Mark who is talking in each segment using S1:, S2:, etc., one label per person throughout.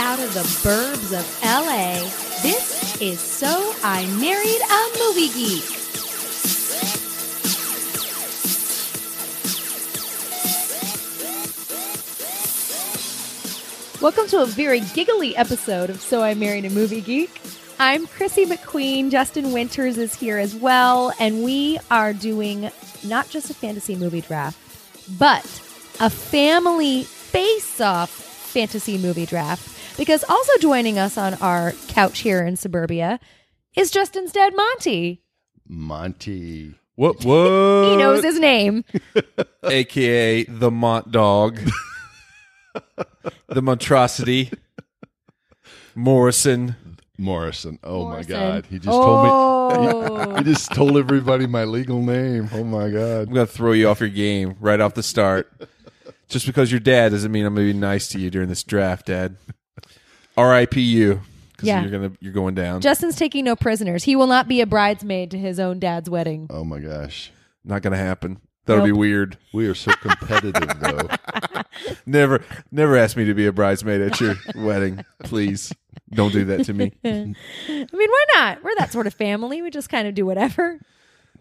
S1: out of the burbs of LA, this is So I Married a Movie Geek. Welcome to a very giggly episode of So I Married a Movie Geek. I'm Chrissy McQueen. Justin Winters is here as well. And we are doing not just a fantasy movie draft, but a family face off fantasy movie draft. Because also joining us on our couch here in suburbia is Justin's dad, Monty.
S2: Monty.
S3: What? What?
S1: He knows his name.
S3: AKA the Mont Dog, the Montrosity, Morrison.
S2: Morrison. Oh
S1: Morrison.
S2: my God. He just told
S1: oh.
S2: me. He just told everybody my legal name. Oh my
S3: I'm
S2: God.
S3: gonna throw you off your game right off the start. Just because you're dad doesn't mean I'm gonna be nice to you during this draft, Dad. R.I.P. you. Because
S1: Yeah.
S3: you're gonna you're going down.
S1: Justin's taking no prisoners. He will not be a bridesmaid to his own dad's wedding.
S2: Oh my gosh.
S3: Not gonna happen. That'll be
S1: Nope.
S3: weird.
S2: We are so competitive, though.
S3: Never never ask me to be a bridesmaid at your wedding. Please. Don't do that to me.
S1: I mean, we're not. We're that sort of family. We just kind of do whatever.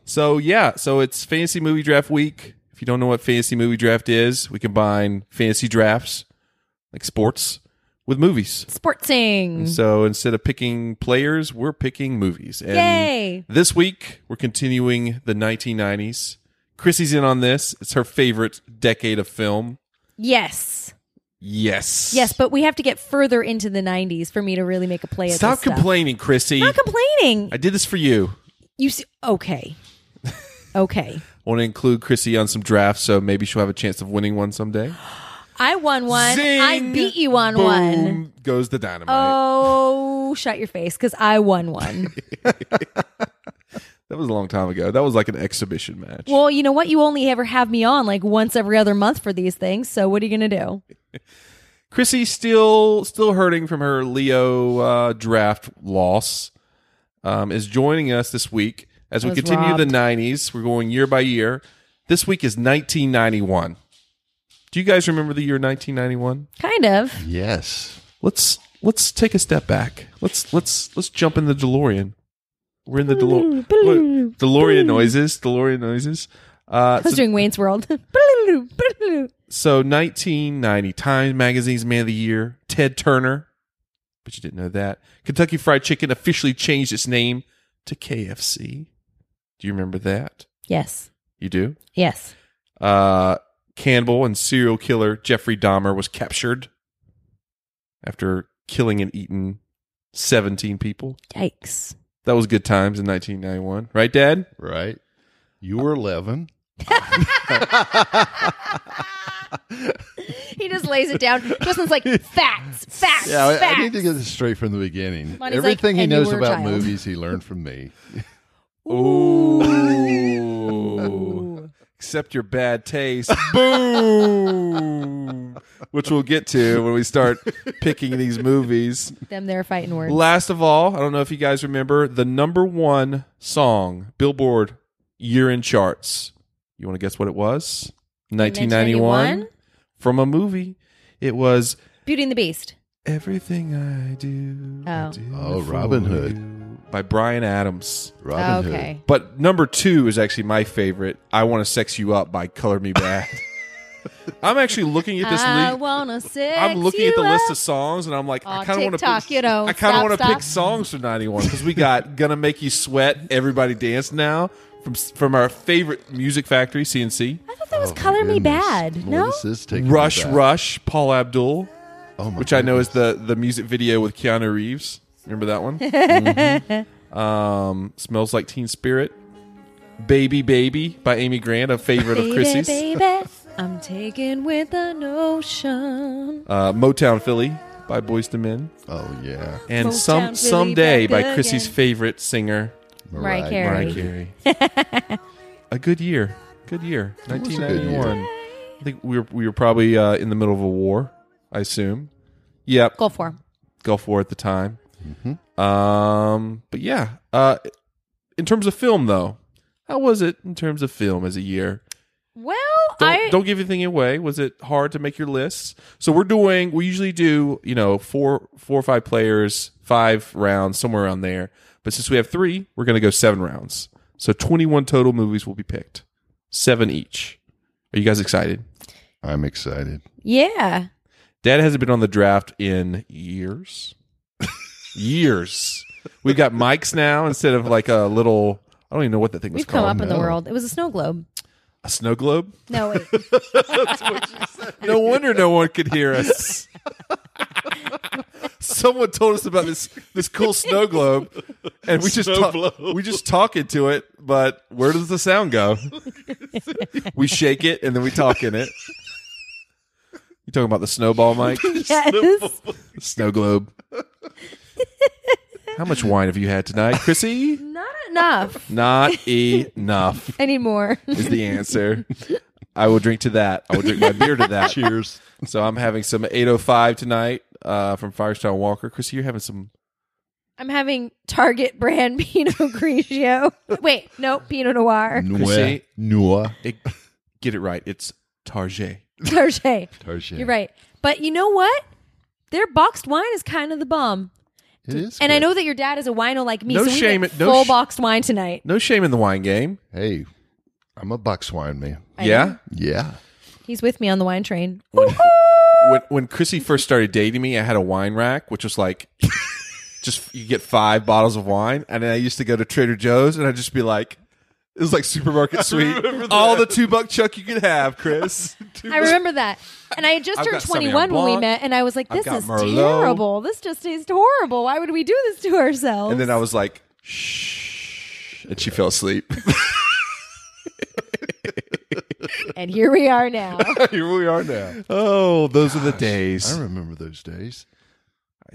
S3: So yeah, so it's fantasy movie draft week. If you don't know what fantasy movie draft is, we combine fantasy drafts like sports with movies.
S1: Sportsing.
S3: So instead of picking players, we're picking movies. And
S1: Yay.
S3: This week we're continuing the 1990s. Chrissy's in on this. It's her favorite decade of film.
S1: Yes.
S3: Yes.
S1: Yes, but we have to get further into the 90s for me to really make a play at
S3: Stop
S1: this stuff.
S3: complaining, Chrissy.
S1: I'm not complaining.
S3: I did this for you.
S1: You see, okay. Okay.
S3: I want to include Chrissy on some drafts, so maybe she'll have a chance of winning one someday.
S1: I won one. I
S3: Zing!
S1: beat you on
S3: Boom
S1: one.
S3: Goes the dynamite.
S1: Oh, shut your face because I won one.
S3: That was a long time ago. That was like an exhibition match.
S1: well, you know what? You only ever have me on like once every other month for these things. So what are you going to do?
S3: Chrissy still still hurting from her Leo uh, draft loss. Um, is joining us this week as we
S1: Was
S3: continue the
S1: robbed.
S3: '90s. We're going year by year. This week is 1991. Do you guys remember the year 1991?
S1: Kind of.
S2: Yes.
S3: Let's let's take a step back. Let's let's let's jump in the DeLorean. We're in the DeLorean. DeLorean noises. DeLorean noises.
S1: I
S3: Uh,
S1: was
S3: so-
S1: doing Wayne's World.
S3: So 1990, Time Magazine's Man of the Year, Ted Turner. But you didn't know that. Kentucky Fried Chicken officially changed its name to KFC. Do you remember that?
S1: yes.
S3: You do?
S1: Yes.
S3: Uh, cannibal and serial killer Jeffrey Dahmer was captured after killing and eating 17 people.
S1: Yikes.
S3: That was good times in 1991. Right, Dad?
S2: Right? You were 11.
S1: He just lays it down. Justin's like, facts, facts,
S2: Yeah, I, I
S1: facts.
S2: need to get this straight from the beginning.
S1: Monty's like,
S2: Everything he
S1: "And you
S2: knows
S1: were a
S2: about
S1: child."
S2: movies, he learned from me.
S3: Ooh. Except your bad taste. Boom. Which we'll get to when we start picking these movies.
S1: Them there fighting words.
S3: Last of all, I don't know if you guys remember the number one song, Billboard Year in Charts. You want to guess what it was? 1991. From a movie. It was
S1: Beauty and the Beast.
S3: Everything I Do. I
S1: Oh.
S3: Do
S2: Oh,
S3: for
S2: Robin Hood.
S3: You by Brian Adams.
S2: Robin
S1: okay.
S3: But number two is actually my favorite. I want to sex you up by Color Me Bad. I'm actually looking at this.
S1: I
S3: list.
S1: wanna sex
S3: I'm looking
S1: you
S3: at the list
S1: up.
S3: of songs, and I'm like, I
S1: Aw,
S3: kind of want to
S1: TikTok,
S3: pick.
S1: you know,
S3: I kind
S1: stop,
S3: of want to
S1: stop.
S3: pick songs from '91 because we got "Gonna Make You Sweat," "Everybody Dance Now" from from our favorite music factory, CNC,
S1: I thought that was
S2: Hood.
S1: Color Me
S2: Goodness.
S1: Bad.
S2: Lord,
S1: No?
S2: This is taking me
S3: "Rush
S2: back.
S3: Rush," Paul Abdul,
S2: Oh my
S3: which I know is the the music video with Keanu Reeves. Remember that one? Mhm. Um, "Smells Like Teen Spirit," "Baby Baby" by Amy Grant, a favorite of
S1: Baby,
S3: Chrissy's.
S1: baby, I'm taken with an ocean.
S3: uh, Motown Philly by Boys to Men,
S2: Oh, yeah.
S3: and
S1: Motown
S3: some
S1: Philly
S3: someday
S1: back
S3: by Chrissy's
S1: again.
S3: favorite singer
S1: Mariah
S2: Mariah
S1: Carey.
S3: Mariah Carey. a good year, good year,
S2: was a good year.
S3: 1991. I think we were we were probably uh, in the middle of a war. I assume. Yep,
S1: Go for him.
S3: Gulf War at the time. Um, but yeah, uh, in terms of film though, how was it in terms of film as a year?
S1: Well,
S3: don't,
S1: I
S3: don't give anything away. Was it hard to make your lists? So we're doing. We usually do you know four four or five players, five rounds somewhere around there. But since we have three, we're going to go seven rounds. So twenty one total movies will be picked, seven each. Are you guys excited?
S2: I'm excited.
S1: yeah.
S3: Dad hasn't been on the draft in years. years. We've got mics now instead of like a little. I don't even know what that thing was
S1: We've come
S3: called.
S1: up in the
S2: no.
S1: world. It was a snow globe.
S3: A snow globe.
S1: No, it,
S3: No wonder no one could hear us. Someone told us about this this cool snow globe, and we just
S4: Snow
S3: talk-
S4: globe.
S3: we just talk into it. But where does the sound go? we shake it and then we talk in it. You talking about the snowball, Mike?
S1: yes.
S3: Snow globe. How much wine have you had tonight, Chrissy?
S1: Not enough
S3: Not enough
S1: anymore.
S3: is the answer. I will drink to that. I will drink my beer to that.
S2: Cheers.
S3: So I'm having some 805 tonight uh, from Firestone Walker. Chrissy, you're having some.
S1: I'm having Target brand Pinot Grigio. Wait, no, Pinot Noir.
S2: Noir.
S3: Chrissy.
S2: Noir.
S3: It, get it right. It's Target.
S1: Target.
S2: Target.
S1: You're right. But you know what? Their boxed wine is kind of the bomb.
S2: It is.
S1: And I
S2: good.
S1: know that your dad is a wino like me,
S3: No
S1: so we
S3: shame
S1: get
S3: it- no
S1: full
S3: sh-
S1: boxed wine tonight.
S3: No shame in the wine game.
S2: Hey, I'm a box wine man.
S1: I
S3: yeah.
S1: know.
S2: Yeah.
S1: He's with me on the wine train.
S3: When, when Chrissy first started dating me, I had a wine rack, which was like just you get five bottles of wine. And then I used to go to Trader Joe's and I'd just be like, it was like supermarket sweet. All the two buck chuck you could have, Chris.
S1: I remember that. And I had just
S3: I've
S1: turned
S3: got Sauvignon
S1: 21 when we
S3: Blanc.
S1: met, and I was like,
S3: I've
S1: this
S3: got
S1: is
S3: Merlot.
S1: terrible. This just tastes horrible. Why would we do this to ourselves?
S3: And then I was like, shh. And she fell asleep.
S1: and here we are now.
S2: Here we are now.
S3: oh, those are the days.
S2: I remember those days.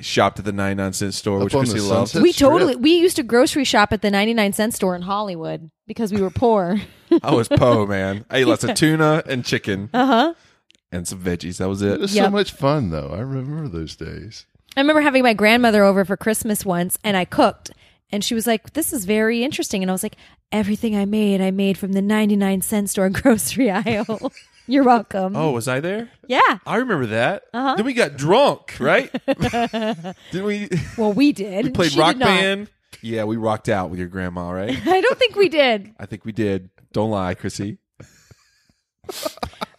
S3: shopped at the 99 cent store,
S2: Up
S3: which
S2: on
S3: Chrissy
S2: the
S3: loves.
S2: Sunset
S1: we
S2: Strip.
S1: totally we used to grocery shop at the 99 cent store in Hollywood because we were poor.
S3: I was po, man. I ate lots of tuna and chicken
S1: Uh-huh.
S3: and some veggies. That was
S2: It
S3: it.
S2: was so
S1: Yep.
S2: much fun, though. I remember those days.
S1: I remember having my grandmother over for Christmas once and I cooked and she was like, "This is very interesting." And I was like, "Everything I made, I made from the 99 cent store grocery aisle." You're welcome.
S3: Oh, was I there?
S1: Yeah.
S3: I remember that.
S1: Uh-huh.
S3: Then we got drunk, right? Did we
S1: Well, we did.
S3: we played
S1: She
S3: rock
S1: did not.
S3: band? Yeah, we rocked out with your grandma, right?
S1: I don't think we did.
S3: I think we did. Don't lie, Chrissy.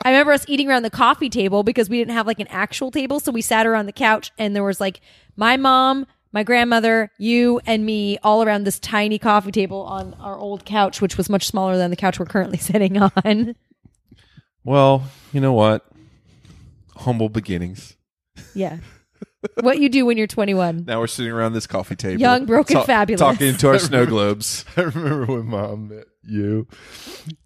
S1: I remember us eating around the coffee table because we didn't have like an actual table, so we sat around the couch and there was like my mom, my grandmother, you and me all around this tiny coffee table on our old couch which was much smaller than the couch we're currently sitting on.
S3: Well, you know what? Humble beginnings.
S1: Yeah. what you do when you're 21.
S3: Now we're sitting around this coffee table.
S1: Young, broken,
S3: ta-
S1: fabulous.
S3: Talking to our snow globes.
S2: I remember when Mom met you.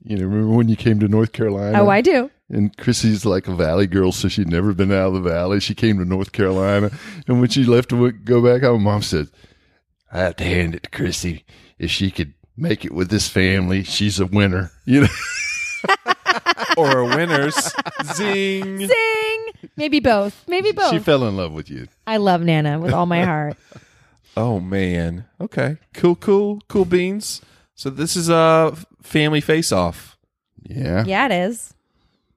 S2: You know, remember when you came to North Carolina?
S1: Oh, I do.
S2: And Chrissy's like a valley girl, so she'd never been out of the valley. She came to North Carolina, and when she left to go back home, Mom said, "I have to hand it to Chrissy if she could make it with this family. She's a winner." You know,
S3: or winners. Zing.
S1: Ding! Maybe both. Maybe both.
S2: she fell in love with you.
S1: I love Nana with all my heart.
S3: Oh man. Okay. Cool, cool, cool beans. So this is a family face off.
S2: Yeah,
S1: yeah, it is.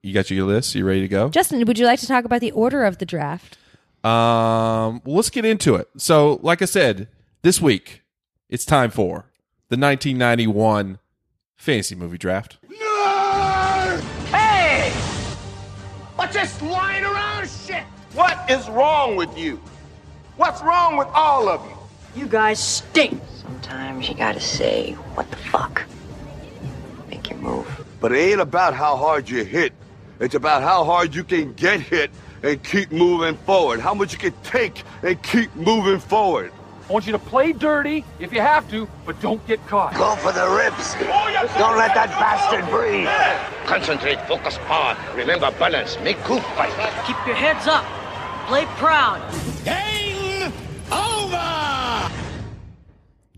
S3: You got your list? You ready to go?
S1: Justin, would you like to talk about the order of the draft?
S3: Um well, let's get into it. So, like I said, this week it's time for the 1991 fantasy movie draft.
S5: Hey! What's this lying around shit? What is wrong with you? What's wrong with all of you?
S6: You guys stink.
S7: Sometimes you gotta say, what the fuck? Make your move.
S5: But it ain't about how hard you hit. It's about how hard you can get hit and keep moving forward. How much you can take and keep moving forward.
S8: I want you to play dirty if you have to, but don't get caught.
S7: Go for the ribs! Don't let that bastard breathe!
S9: Concentrate, focus power. Remember balance. Make group fight.
S6: Keep your heads up. Play proud.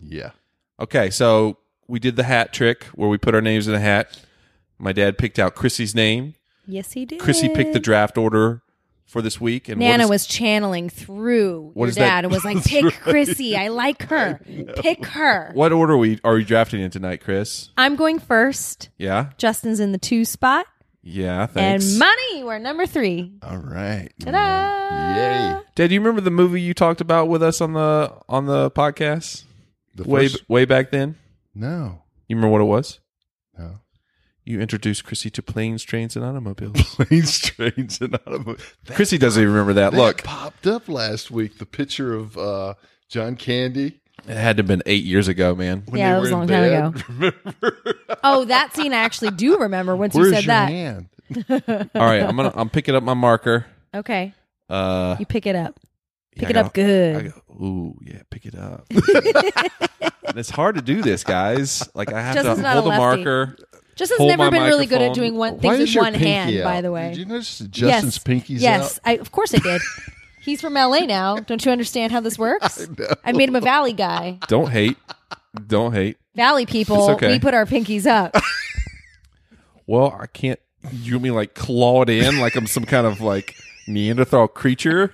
S2: yeah.
S3: Okay, so we did the hat trick where we put our names in a hat. My dad picked out Chrissy's name.
S1: Yes, he did.
S3: Chrissy picked the draft order for this week and what
S1: Nana
S3: is-
S1: was channeling through
S3: What
S1: your
S3: is that?
S1: dad and was like, pick Chrissy. I like her. Pick her.
S3: What order are we are we drafting in tonight, Chris?
S1: I'm going first.
S3: Yeah.
S1: Justin's in the two spot.
S3: Yeah, thanks.
S1: And money were number three.
S2: All right.
S1: Ta-da!
S2: Oh, Yay.
S3: Dad, do you remember the movie you talked about with us on the on the podcast
S2: The
S3: way
S2: first-
S3: way back then?
S2: no.
S3: You remember what it was?
S2: No.
S3: You introduced Chrissy to planes, trains, and automobiles.
S2: Planes, trains, and automobiles. That,
S3: Chrissy doesn't even remember that.
S2: that
S3: Look,
S2: popped up last week. The picture of uh, John Candy.
S3: it had to have been eight years ago, man.
S2: When
S1: Yeah,
S2: they
S1: that was
S2: were
S1: a
S2: in
S1: long time
S2: bed. Remember?
S1: Oh, that scene I actually do remember once
S2: Where's
S1: you said
S2: your
S1: that.
S2: hand?
S3: All right, I'm gonna I'm picking up my marker.
S1: Okay.
S3: Uh,
S1: You pick it up. Pick
S3: I
S1: it up
S3: go-
S1: good.
S3: I go, ooh, yeah, pick it up. And it's hard to do this, guys. Like I have
S1: Justin's
S3: to
S1: not a
S3: hold the
S1: lefty.
S3: marker.
S1: Justin's
S3: hold
S1: never
S3: my
S1: been really good at
S3: microphone.
S1: doing one
S2: Why
S1: things
S2: is
S1: with
S2: your
S1: one
S2: pinky
S1: hand,
S2: out?
S1: by the way.
S2: Did you notice that Justin's pinky's
S1: yes,
S2: out?
S1: I, of course I did. He's from LA now. Don't you understand how this works? I, made him a Valley guy.
S3: Don't hate. Don't hate.
S1: Valley people,
S3: It's okay.
S1: we put our pinkies up.
S3: Well, I can't. You mean like clawed in, like I'm some kind of like Neanderthal creature?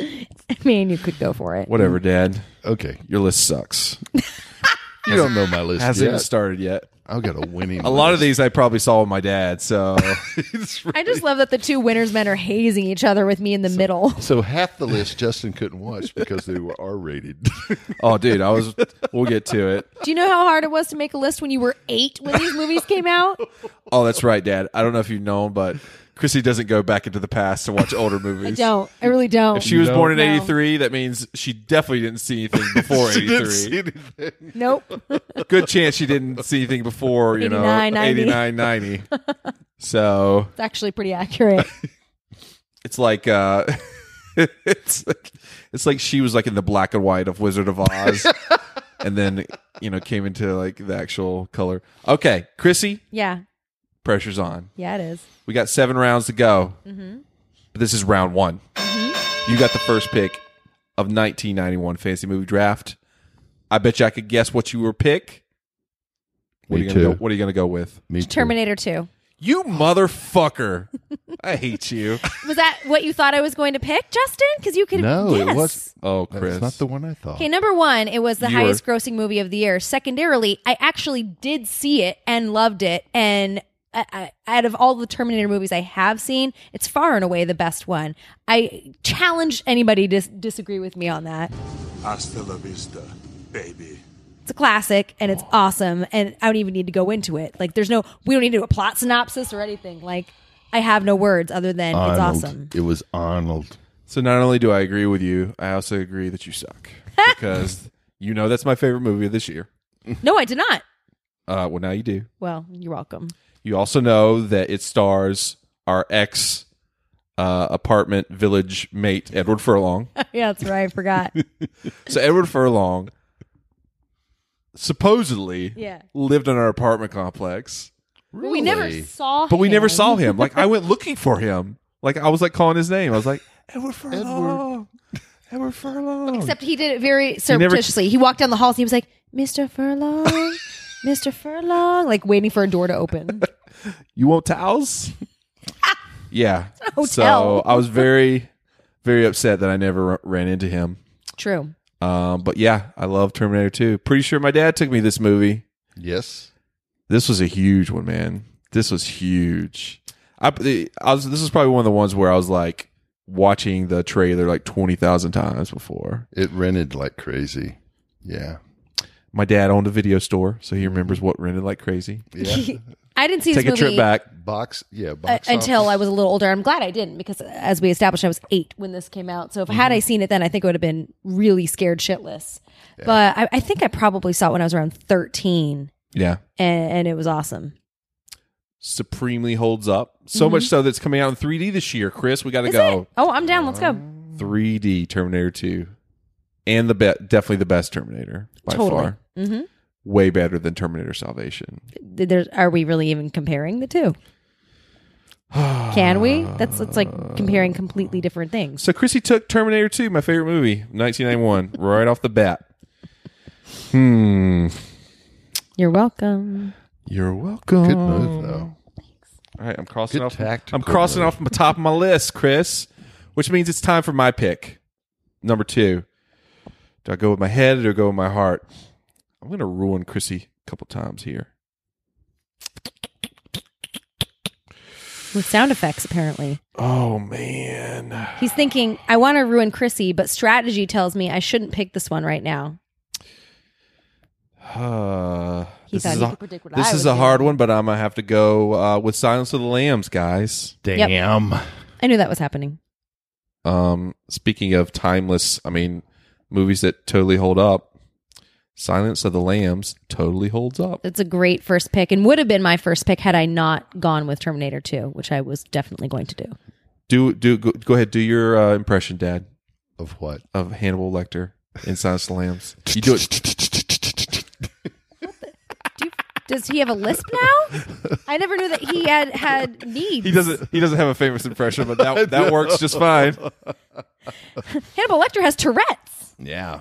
S1: I mean, you could go for it.
S3: Whatever, Dad.
S2: Okay.
S3: Your list sucks.
S2: You don't know my list
S3: Hasn't even
S2: yet.
S3: started yet.
S2: I've got a winning
S3: A lot of these I probably saw with my dad. So
S1: I just love that the two winners men are hazing each other with me in the middle.
S2: So half the list Justin couldn't watch because they were R rated.
S3: Oh, dude, I was. We'll get to it.
S1: Do you know how hard it was to make a list when you were eight when these movies came out?
S3: Oh, that's right, Dad. I don't know if you know, but Chrissy doesn't go back into the past to watch older
S1: I
S3: movies.
S1: don't. I really don't.
S3: If she was born in
S1: No.
S3: '83, that means she definitely didn't see anything before '83.
S1: Nope.
S3: Good chance she didn't see anything before you know
S1: 89, 90.
S3: '89, '90. So
S1: It's actually pretty accurate.
S3: it's like uh, it's like it's like she was like in the black and white of Wizard of Oz, and then you know came into like the actual color. Okay, Chrissy,
S1: Yeah.
S3: pressure's on.
S1: Yeah, it is.
S3: We got seven rounds to go. But this is round one. You got the first pick of 1991 Fantasy Movie Draft. I bet you I could guess what you were pick. What
S2: Me
S3: are you gonna
S2: too.
S3: Go, what are you going to go with?
S2: Me too.
S1: Terminator 2.
S3: You motherfucker. I hate you.
S1: Was that what you thought I was going to pick, Justin? Because you could
S2: No, it
S1: guess.
S2: was-
S3: Oh, Chris.
S2: That's not the one I thought.
S1: Okay, number one, it was the
S3: You were-
S1: highest grossing movie of the year. Secondarily, I actually did see it and loved it. And I, I, out of all the Terminator movies I have seen, it's far and away the best one. I challenge anybody to dis- disagree with me on that.
S5: Hasta la vista, baby.
S1: It's a classic and it's awesome. And I don't even need to go into it. Like, there's no, we don't need to do a plot synopsis or anything. Like, I have no words other than it's
S2: Arnold.
S1: awesome.
S2: It was Arnold.
S3: So not only do I agree with you, I also agree that you suck. Because you know that's my favorite movie of this year.
S1: No, I did not.
S3: Uh, well, now you do.
S1: Well, you're welcome.
S3: You also know that it stars our ex uh, apartment village mate, Edward Furlong.
S1: yeah, that's right. I forgot.
S3: So Edward Furlong supposedly
S1: Yeah.
S3: lived in our apartment complex,
S1: But We never
S2: Really?
S1: saw him.
S3: but we never saw him. Like I went looking for him. Like I was like calling his name. I was like Edward Furlong. Edward, Furlong.
S1: Except he did it very
S3: Oh, never-
S1: surreptitiously. He, walked down the halls and he was like, Mr. Furlong, Mr. Furlong, like waiting for a door to open.
S3: you want towels? yeah. So
S1: hotel.
S3: I was very, very upset that I never r- ran into him.
S1: True.
S3: Um, but yeah, I love Terminator 2. Pretty sure my dad took me to this movie.
S2: Yes.
S3: This was a huge one, man. This was huge. I, the- I was. This was probably one of the ones where I was like watching the trailer like twenty thousand times before.
S2: It rented like crazy. Yeah.
S3: My dad owned a video store, so he
S1: Mm-hmm.
S3: remembers what rented like crazy.
S2: Yeah.
S1: I didn't see
S3: Take a
S1: this
S3: trip
S1: movie
S3: back.
S2: box. Yeah.
S1: uh,
S2: Box
S1: until
S2: office.
S1: I was a little older. I'm glad I didn't because, as we established, I was eight when this came out. So if
S3: Mm-hmm.
S1: had I seen it then, I think I would have been really scared shitless. But I, I think I probably saw it when I was around 13,
S3: Yeah,
S1: and, and it was awesome.
S3: supremely holds up. So much so that's coming out in three D this year. Chris, we got to
S1: Mm-hmm. Is
S3: go
S1: it? Oh, I'm down. Let's go.
S3: three D Terminator Two, and the be- definitely the best Terminator by
S1: Totally. Mm-hmm.
S3: far. Way better than Terminator Salvation.
S1: There's, are we really even comparing the two? Can we? That's it's like comparing completely different things.
S3: So Chrissy took Terminator 2, my favorite movie, 1991, right off the bat. Hmm.
S1: You're welcome.
S3: You're welcome.
S2: Good move though.
S3: All right, I'm crossing
S2: Good
S3: off.
S2: tactical
S3: I'm crossing
S2: move.
S3: off the top of my list, Chris, which means it's time for my pick, number two. Do I go with my head or do I go with my heart? I'm going to ruin Chrissy a couple times here.
S1: with sound effects, apparently.
S3: Oh man.
S1: He's thinking, I want to ruin Chrissy, but strategy tells me I shouldn't pick this one right now.
S3: Uh,
S1: He
S3: this
S1: thought
S3: is
S1: he
S3: a,
S1: could predict what
S3: this
S1: I
S3: is
S1: would
S3: a
S1: do.
S3: hard one, but I'm gonna have to go uh, with Silence of the Lambs, guys.
S1: Yep.
S2: Damn.
S1: I knew that was happening.
S3: Um, speaking of timeless, I mean, movies that totally hold up. Silence of the Lambs totally holds up.
S1: That's a great first pick and would have been my first pick had I not gone with Terminator 2, which I was definitely going to do.
S3: Do do go, go ahead. Do your uh, impression, Dad,
S2: Of what?
S3: of Hannibal Lecter in Silence of the Lambs. You do it.
S1: Does he have a lisp now? I never knew that he had had needs.
S3: He doesn't. He doesn't have a famous impression, but that that works just fine.
S1: Hannibal Lecter has Tourette's.
S2: Yeah.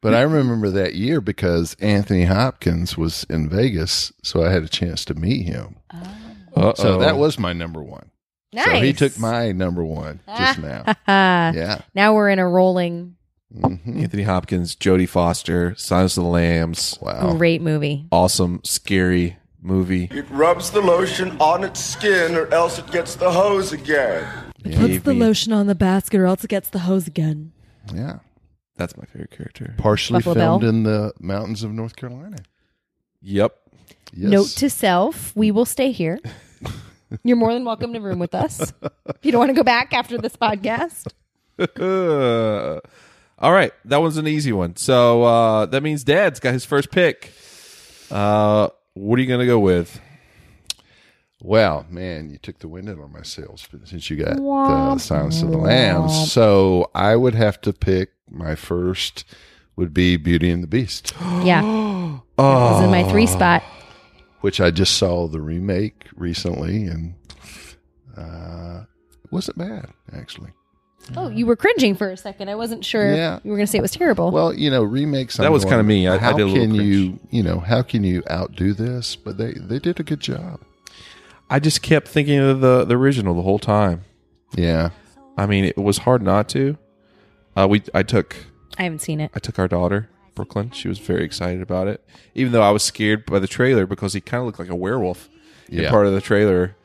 S2: But I remember that year because Anthony Hopkins was in Vegas, so I had a chance to meet him.
S3: Uh-oh.
S2: So that was my number one.
S1: Oh. Nice.
S2: So he took my number one just now.
S1: Ah,
S2: Yeah.
S1: Now we're in a rolling
S3: Anthony Hopkins, Jodie Foster, Silence of the Lambs.
S2: Wow.
S1: great movie.
S3: Awesome, scary movie.
S4: It rubs the lotion on its skin or else it gets the hose again.
S3: Gave me-
S1: lotion on the basket or else it gets the hose again.
S2: Yeah.
S3: That's my favorite character.
S2: Partially
S1: Buffalo
S2: filmed
S1: Bill.
S2: in the mountains of North Carolina.
S3: Yep.
S2: Yes.
S1: Note to self, we will stay here. You're more than welcome to room with us. If you don't want to go back after this podcast,
S3: Uh, all right, that one's an easy one. So uh, that means Dad's got his first pick. Uh, what are you gonna go with?
S2: Well, man, you took the wind out of my sails since you got the Silence of the Lambs. So I would have to pick my first would be Beauty and the Beast,
S1: yeah, oh. that was in my three spot.
S2: which I just saw the remake recently, and uh, it wasn't bad actually.
S1: Oh, you were cringing for a second. I wasn't sure
S2: Yeah.
S1: you were going to say it was terrible.
S2: Well, you know, remakes.
S3: That
S2: I'm
S3: was
S2: going,
S3: kinda me. I- I
S2: how
S3: did a little
S2: can you, you know, how can you outdo this? But they they did a good job.
S3: I just kept thinking of the the original the whole time.
S2: Yeah,
S3: I mean, it was hard not to. Uh, we I took
S1: I haven't seen it.
S3: I took our daughter Brooklyn. She was very excited about it, even though I was scared by the trailer because he kind of looked like a werewolf in
S2: Yeah.
S3: part of the trailer,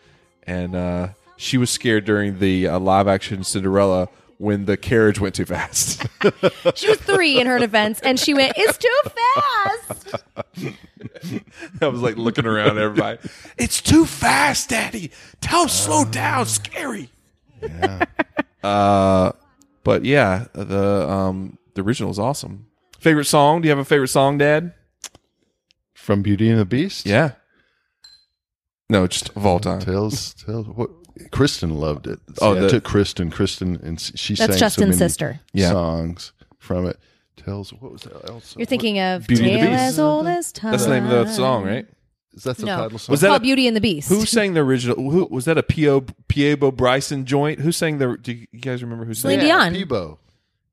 S3: and uh, she was scared during the uh, live action Cinderella when the carriage went too fast.
S1: She was three in her defense, and she went, "It's too fast."
S3: I was like looking around at everybody. it's too fast, Daddy. Tell slow down. Scary. Yeah. uh, but yeah, the um the original is awesome. Favorite song? Do you have a favorite song, Dad?
S2: from Beauty and the Beast.
S3: Yeah. No, just of all time.
S2: Tales, tales. What? Kristen loved it.
S3: Oh,
S2: Oh,
S3: the-
S2: I took Kristen. Kristen, and s- she
S1: That's
S2: sang so
S1: Justin's
S2: many
S1: sister.
S3: Yeah.
S2: songs from it. Tells what was that else?
S1: You're thinking of
S3: Beauty and the
S1: Tale
S3: Beast.
S1: as old as time.
S3: That's the name of the song, right?
S2: Is that the
S1: No.
S2: title song?
S3: Was
S1: It's
S3: that
S1: called
S3: a-
S1: Beauty and the Beast.
S3: Who sang the original? Who was that? A P.O. Piebo Bryson joint? Who sang the? Do you guys remember who sang?
S1: Celine Dion.
S2: Peebo.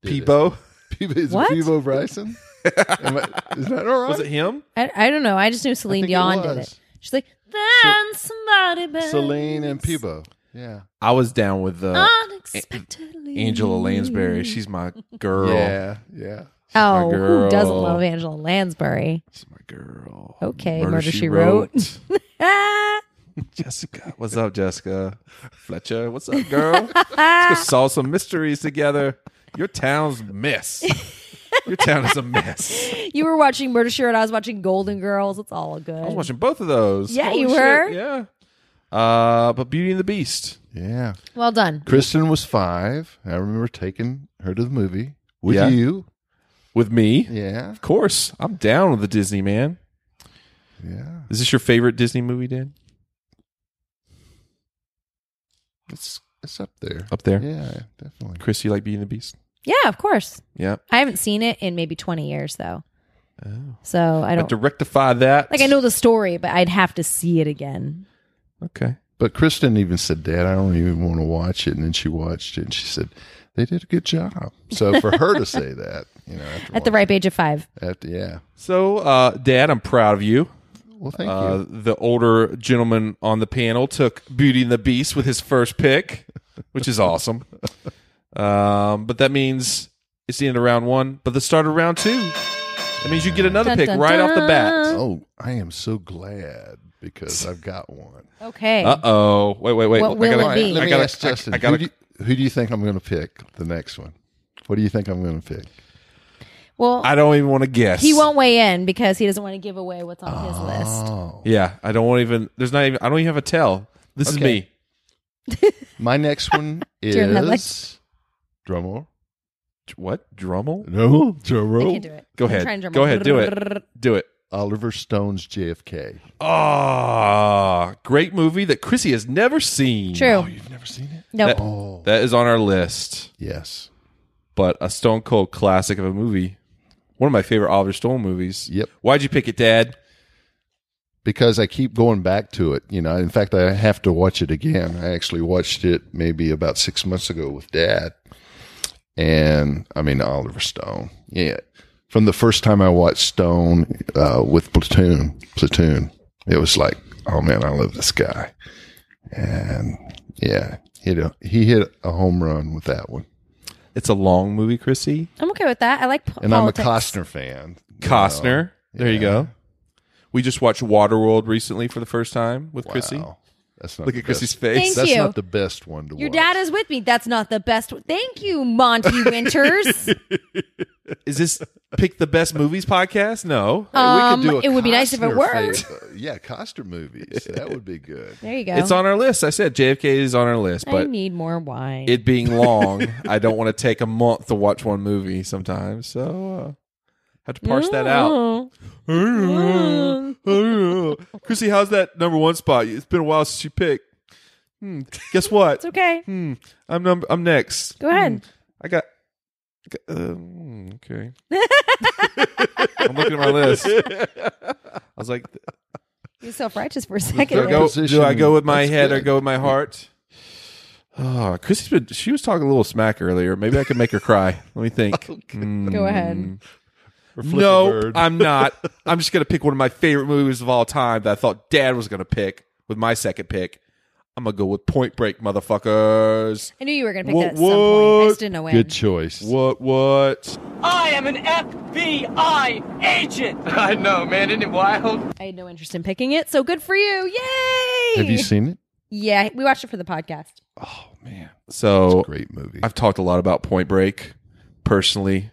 S2: Did it.
S3: Peebo.
S2: Peebo. Is
S1: What?
S2: it Peebo Bryson? Am I- is that all right?
S3: Was it him?
S1: I, I don't know. I just knew Celine
S2: think it
S1: Dion did
S2: was.
S1: it. She's like, then somebody bends
S2: Celine and Peebo. Yeah.
S3: I was down with uh,
S1: Ah. unexpectedly.
S3: Angela Lansbury. She's my girl.
S2: Yeah. Yeah.
S1: oh, who doesn't
S3: girl.
S1: love Angela Lansbury?
S3: She's my girl.
S1: Okay, Murder, She Wrote. Ah,
S3: Jessica. What's up, Jessica? Fletcher, what's up, girl? Let's go solve some mysteries together. Your town's a mess. Your town is a mess.
S1: you were watching Murder She Wrote. I was watching Golden Girls. It's all good.
S3: I was watching both of those.
S1: Yeah, you were.
S3: Yeah. Uh, but Beauty and the Beast.
S2: Yeah.
S1: Well done.
S2: Kristen was five. I remember taking her to the movie with
S3: Yeah.
S2: you.
S3: With me.
S2: Yeah.
S3: Of course. I'm down with the Disney man.
S2: Yeah.
S3: Is this your favorite Disney movie, Dan?
S2: It's it's up there.
S3: Up there.
S2: Yeah, definitely.
S3: Chris, you like Beauty and the Beast?
S1: Yeah, of course.
S3: Yeah.
S1: I haven't seen it in maybe 20 years, though.
S3: Oh.
S1: So I
S3: But
S1: don't.
S3: to rectify that.
S1: like, I know the story, but I'd have to see it again.
S3: Okay.
S2: But Kristen even said, Dad, I don't even want to watch it. And then she watched it and she said, they did a good job. So for her to say that, you know, after
S1: At the ripe age of five.
S2: watching- after- yeah.
S3: So, uh, Dad, I'm proud of you.
S2: Well, thank
S3: Uh,
S2: you.
S3: the older gentleman on the panel took Beauty and the Beast with his first pick, which is awesome. Um, but that means it's the end of round one, but the start of round two. That means you get another
S1: Dun,
S3: pick
S1: dun,
S3: right off the bat.
S1: dun.
S2: Oh, I am so glad because I've got one.
S1: Okay.
S3: Uh oh. Wait, wait, wait.
S1: What will
S3: I
S1: it
S3: gotta,
S1: be?
S2: Let
S3: I
S2: me
S3: gotta,
S2: ask Justin.
S3: I, I gotta,
S2: who, do you, who do you think I'm going to pick the next one? What do you think I'm going to pick?
S1: well,
S3: I don't even want to guess.
S1: he won't weigh in because he doesn't want to give away what's on
S3: Oh.
S1: his list.
S3: Yeah, I don't want even. There's not even. I don't even have a tell. This is
S2: Okay.
S3: me.
S2: My next one
S1: During that
S2: is drumroll.
S3: J- What Drummel?
S2: No,
S1: I
S2: drumroll.
S1: can't do it.
S3: Go
S1: I'm
S3: ahead.
S1: trying to drum
S3: Go
S1: roll.
S3: ahead. Do it. Do it.
S2: Oliver Stone's JFK.
S3: Ah, great movie that Chrissy has never Oh, seen.
S1: True.
S2: You've never seen it?
S1: Nope.
S3: That- that is on our list,
S2: Yes.
S3: but a Stone Cold classic of a movie. One of my favorite Oliver Stone movies.
S2: Yep.
S3: Why'd you pick it, Dad?
S2: Because I keep going back to it, you know. In fact, I have to watch it again. I actually watched it maybe about six months ago with Dad, and I mean Oliver Stone. Yeah, from the first time I watched Stone uh, with Platoon, Platoon, it was like, oh man, I love this guy, and yeah, hit a, he hit a home run with that one.
S3: It's a long movie, Chrissy.
S1: I'm okay with that. I like po-
S2: And
S1: politics.
S2: I'm a Costner fan.
S3: Costner. There you go. We just watched Waterworld recently for the first time with Chrissy.
S2: Wow. That's not
S3: Look
S2: the
S3: at Chrissy's
S2: best-
S3: face.
S1: Thank
S2: That's
S1: you.
S2: not the best one to
S1: Your
S2: watch.
S1: dad is with me. That's not the best. Thank you, Monty Winters.
S3: Is this pick the best movies podcast? No.
S1: um,
S2: we could do a
S1: it would be nice if it
S2: Costner
S1: were.
S2: fa- uh, yeah, Coster movies. That would be good.
S1: There you go.
S3: It's on our list. I said JFK is on our list,
S1: I
S3: but
S1: need more wine.
S3: it being long, I don't want to take a month to watch one movie sometimes. So uh, have to parse that out. Chrissy, how's that number one spot? It's been a while since you picked. Hmm. Guess what?
S1: It's okay.
S3: Hmm. I'm number. I'm next. Hmm,
S1: Go ahead.
S3: I got. I got- uh, mm, okay. I'm looking at my list. I was like,
S1: You're self righteous for a
S3: do I,
S1: second.
S3: go,
S1: there.
S3: do I go with my
S2: That's
S3: head or
S2: good.
S3: go with my heart? Oh, Chrissy's been. She was talking a little smack earlier. Maybe I could make her cry. Let me think. Mm.
S1: Go ahead.
S2: Or Flip a
S3: No,
S2: Bird.
S3: I'm not. I'm just gonna pick one of my favorite movies of all time that I thought Dad was gonna pick with my second pick. I'm gonna go with Point Break, motherfuckers.
S1: I knew you were going to pick
S3: What-
S1: that at some point. I
S3: what?
S1: just didn't know when.
S2: good choice.
S3: What? What?
S6: I am an FBI agent.
S8: I know, man. Isn't it wild?
S1: I had no interest in picking it, so good for you. Yay!
S2: Have you seen it?
S1: yeah, we watched it for the podcast.
S3: So
S2: Great movie.
S3: I've talked a lot about Point Break personally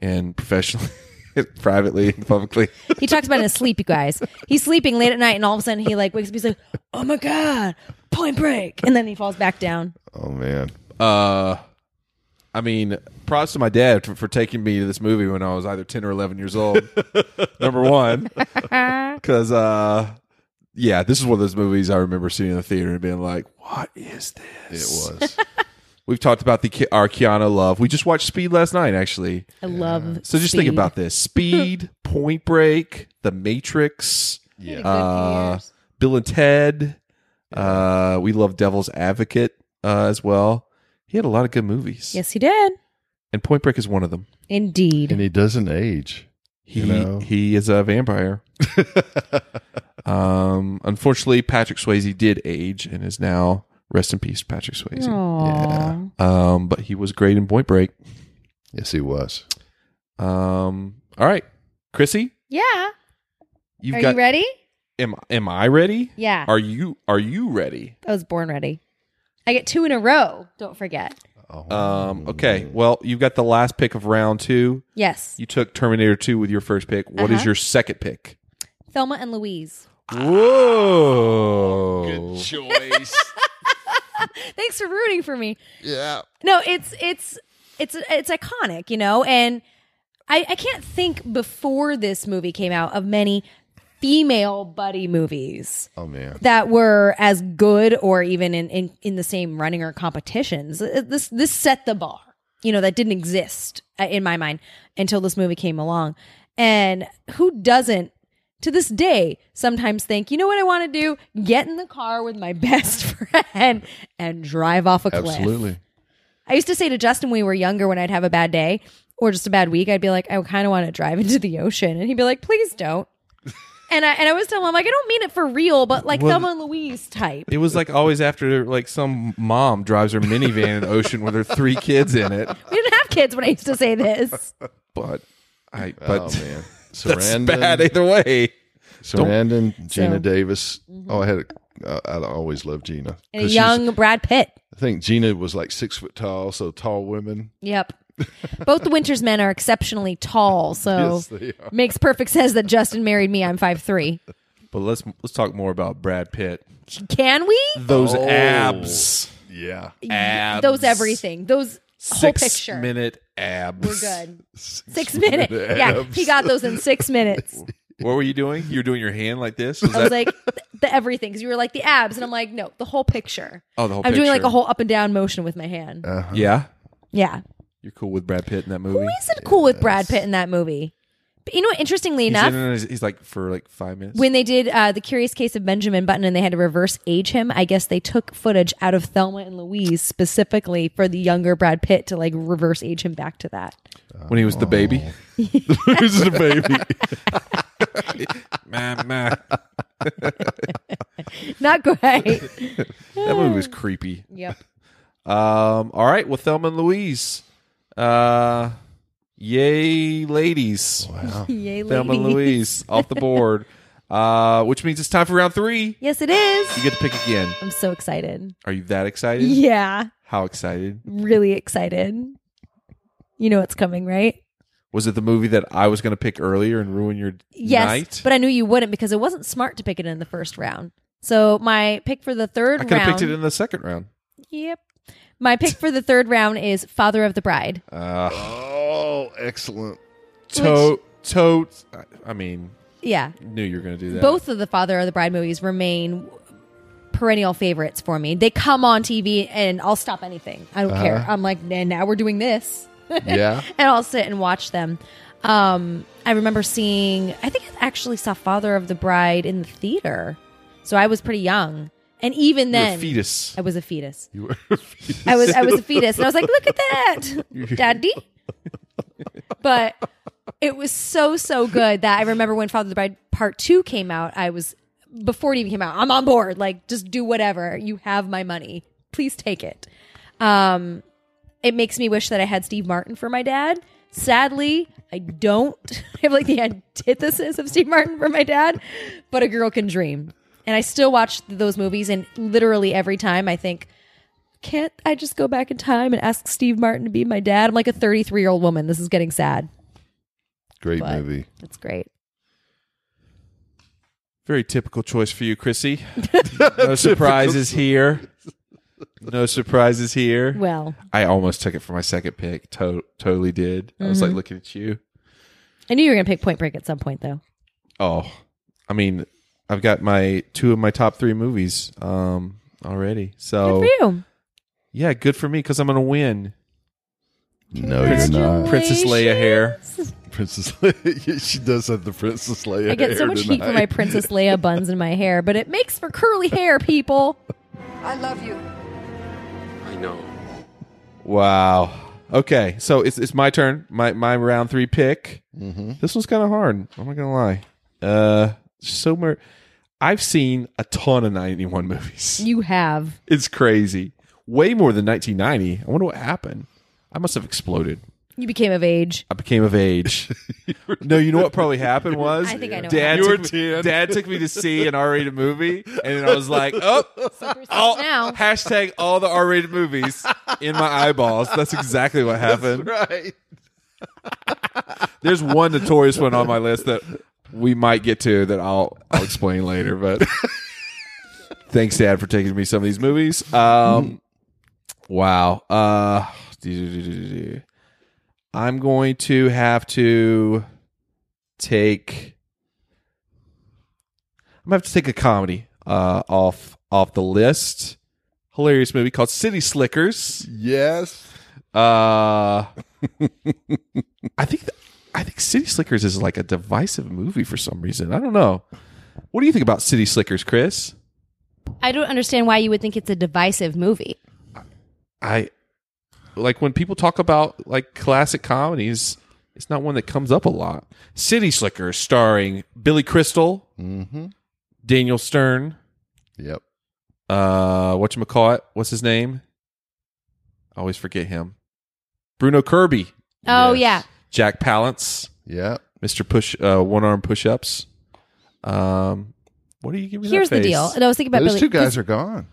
S3: and professionally, privately, and publicly.
S1: He talks about it in his sleep, you guys. He's sleeping late at night, and all of a sudden he like wakes up. He's like, "Oh my god, Point Break!" And then he falls back down.
S2: oh man,
S3: Uh, I mean, props to my dad for, for taking me to this movie when I was either 10 or 11 years old. number one. Because, uh, yeah, this is one of those movies I remember seeing in the theater and being like, what is
S2: it
S3: this?
S2: was.
S3: We've talked about the Ki- our Keanu love. We just watched Speed last night, actually.
S1: I love.
S3: So just think about this Speed, Point Break, The Matrix.
S1: Yeah.
S3: Uh, Bill and Ted. Uh, we love Devil's Advocate uh, as well. He had a lot of good movies.
S1: yes, he did.
S3: And Point Break is one of them.
S1: Indeed.
S2: and he doesn't age.
S3: He
S2: You know?
S3: he is a vampire. um, unfortunately, Patrick Swayze did age and is now rest in peace, Patrick
S1: Oh.
S3: Swayze.
S1: Aww.
S3: Um, but he was great in Point Break.
S2: Yes, he was.
S3: Um, all right, Chrissy,
S1: Yeah.
S3: you've
S1: Are
S3: got.
S1: you ready?
S3: Am am I ready?
S1: Yeah.
S3: Are you are you ready?
S1: I was born ready. I get two in a row. Don't forget.
S2: Oh,
S3: Um, okay. Well, you've got the last pick of round two.
S1: Yes.
S3: You took Terminator 2 with your first pick. What is
S1: Uh-huh.
S3: your second pick?
S1: Thelma and Louise.
S3: Whoa.
S2: choice.
S1: Thanks for rooting for me.
S2: yeah.
S1: No, it's it's it's it's iconic, you know, and I, I can't think before this movie came out of many female buddy movies
S2: Oh man.
S1: that were as good or even in, in, in the same running or competitions. Uh, This this set the bar, you know, that didn't exist uh, in my mind until this movie came along. And who doesn't to this day sometimes think, you know what I want to do? Get in the car with my best friend and drive off a cliff.
S2: Absolutely.
S1: I used to say to Justin when we were younger when I'd have a bad day or just a bad week, I'd be like, I kind of want to drive into the ocean. And he'd be like, please don't. And I and I always tell him, I'm like, I don't mean it for real, but like
S3: Well,
S1: Thelma and Louise type.
S3: It was like always after like some mom drives her minivan in the ocean with her three kids in it.
S1: We didn't have kids when I used to say this.
S3: But I right, but
S2: oh man,
S3: that's
S2: Sarandon,
S3: bad either way.
S2: Sarandon, Gina
S1: So- Mm-hmm.
S2: Davis. Oh, I had. A, uh, I always loved Gina.
S1: And a
S2: 'Cause she's-
S1: young Brad Pitt.
S2: I think Gina was like six foot tall, so tall women.
S1: Yep. Both the Winter's men are exceptionally tall, so
S2: Yes, they are.
S1: makes perfect sense that Justin married me. I'm five three.
S3: But let's let's talk more about Brad Pitt.
S1: Can we?
S3: Those
S2: Oh.
S3: abs,
S2: Yeah,
S3: abs,
S1: Those everything. Those whole
S3: six
S1: picture.
S3: minute
S1: We're
S3: abs.
S1: good. Six minutes.
S2: minute
S1: Yeah, he
S2: abs.
S1: got those in six minutes.
S3: What were you doing? You were doing your hand like this. Was
S1: I was
S3: that-
S1: like th- the everything because you were like the abs, and I'm like no, the whole picture.
S3: oh, the whole.
S1: I'm doing like
S3: picture. Uh.
S1: a whole up and down motion with my hand.
S3: Yeah,
S1: yeah,
S3: you're cool with Brad Pitt in that movie.
S1: who isn't cool with Brad Pitt in that movie? But you know what? Interestingly
S3: He's,
S1: enough,
S3: in it, he's- he's like for like five minutes.
S1: when they did uh, the Curious Case of Benjamin Button and they had to reverse age him, I guess they took footage out of Thelma and Louise specifically for the younger Brad Pitt to like reverse age him back to that.
S3: when he was the baby.
S2: who's the baby?
S3: Meh, meh.
S1: Not great.
S3: That movie was creepy.
S1: Mm. yep.
S3: Um, all right, well, Thelma and Louise. Uh, yay, ladies.
S1: Yay,
S3: Thelma and
S1: lady.
S3: Louise off the board, uh, which means it's time for round three.
S1: Yes, it is.
S3: You get to pick again.
S1: I'm so excited.
S3: Are you that excited?
S1: Yeah,
S3: How excited?
S1: really excited. You know what's coming, right?
S3: Was it the movie that I was going to pick earlier and ruin your
S1: Yes,
S3: night?
S1: but I knew you wouldn't because it wasn't smart to pick it in the first round. So my pick for the third
S3: I could
S1: round.
S3: have picked it in the second round.
S1: yep. My pick for the third round is Father of the Bride.
S3: Uh,
S2: oh, excellent.
S3: Tote, tote. I- I mean,
S1: Yeah.
S3: knew you were going to do that.
S1: Both of the Father of the Bride movies remain perennial favorites for me. They come on TV and I'll stop anything. I don't care.
S3: Uh-huh.
S1: I'm like, nah, now we're doing this.
S2: Yeah,
S1: and I'll sit and watch them. Um, I remember seeing, I think I actually saw Father of the Bride in the theater. So I was pretty young. And even
S3: You're a
S1: then,
S3: fetus.
S1: I was a fetus.
S2: you were. a fetus.
S1: I was I was a fetus, and I was like, "Look at that, daddy!" But it was so so good that I remember when Father of the Bride Part Two came out. I was before it even came out. I'm on board. Like, just do whatever. You have my money. Please take it. Um, it makes me wish that I had Steve Martin for my dad. Sadly, I don't. I have like the antithesis of Steve Martin for my dad, but a girl can dream. And I still watch those movies, and literally every time I think, can't I just go back in time and ask Steve Martin to be my dad? I'm like a 33 year old woman. This is getting sad.
S2: Great
S1: But-
S2: movie.
S1: That's great.
S3: Very typical choice for you, Chrissy. No surprises here. No surprises here.
S1: Well,
S3: I almost took it for my second pick. To- totally did. I was like
S1: Mm-hmm.
S3: looking at you.
S1: I knew you were going to pick Point Break at some point, though.
S3: Oh, I mean, I've got my two of my top three movies um, already.
S1: Good
S3: So
S1: for you.
S3: yeah, good for me because I'm gonna win.
S2: No, you're not.
S3: Princess Leia hair.
S2: Princess Leia. she does have the Princess Leia.
S1: I get so
S2: hair
S1: much heat for
S2: tonight.
S1: my Princess Leia buns in my hair, but it makes for curly hair, people.
S7: I love you.
S3: Wow. Okay, so it's it's my turn. My my round three pick. This one's kind of hard. I'm not gonna lie. Uh, so much. I've seen a ton of 91 movies.
S1: You have.
S3: It's crazy. Way more than 1990. I wonder what happened. I must have exploded.
S1: You became of age.
S3: I became of age. no, you know what probably happened was
S1: I think I know what
S3: Dad
S1: happened.
S3: took me, Dad took me to see an R-rated movie, and I was like, oh, all,
S1: now.
S3: hashtag all the R-rated movies in my eyeballs. That's exactly what happened.
S2: right.
S3: There's one notorious one on my list that we might get to that I'll I'll explain later. But thanks, Dad, for taking me to some of these movies. Um, wow. Uh, do-do-do-do-do. I'm going to have to take. I'm gonna have to take a comedy uh, off off the list. Hilarious movie called City Slickers.
S2: Yes.
S3: Uh, I think th- I think City Slickers is like a divisive movie for some reason. I don't know. What do you think about City Slickers, Chris?
S1: I don't understand why you would think it's a divisive movie.
S3: I like when people talk about like classic comedies. It's not one that comes up a lot. City Slickers, starring Billy Crystal, Daniel Stern,
S2: Yep.
S3: uh, what you call it? What's his name? I always forget him. Bruno Kirby,
S1: Oh,
S2: Yes.
S1: yeah.
S3: Jack Palance.
S2: Yeah.
S3: Mr. Push uh, one arm push ups. Um, what do you give me? that
S1: Here's the
S3: face?
S1: deal. And I was thinking about
S2: Those
S1: Billy.
S2: two guys are gone.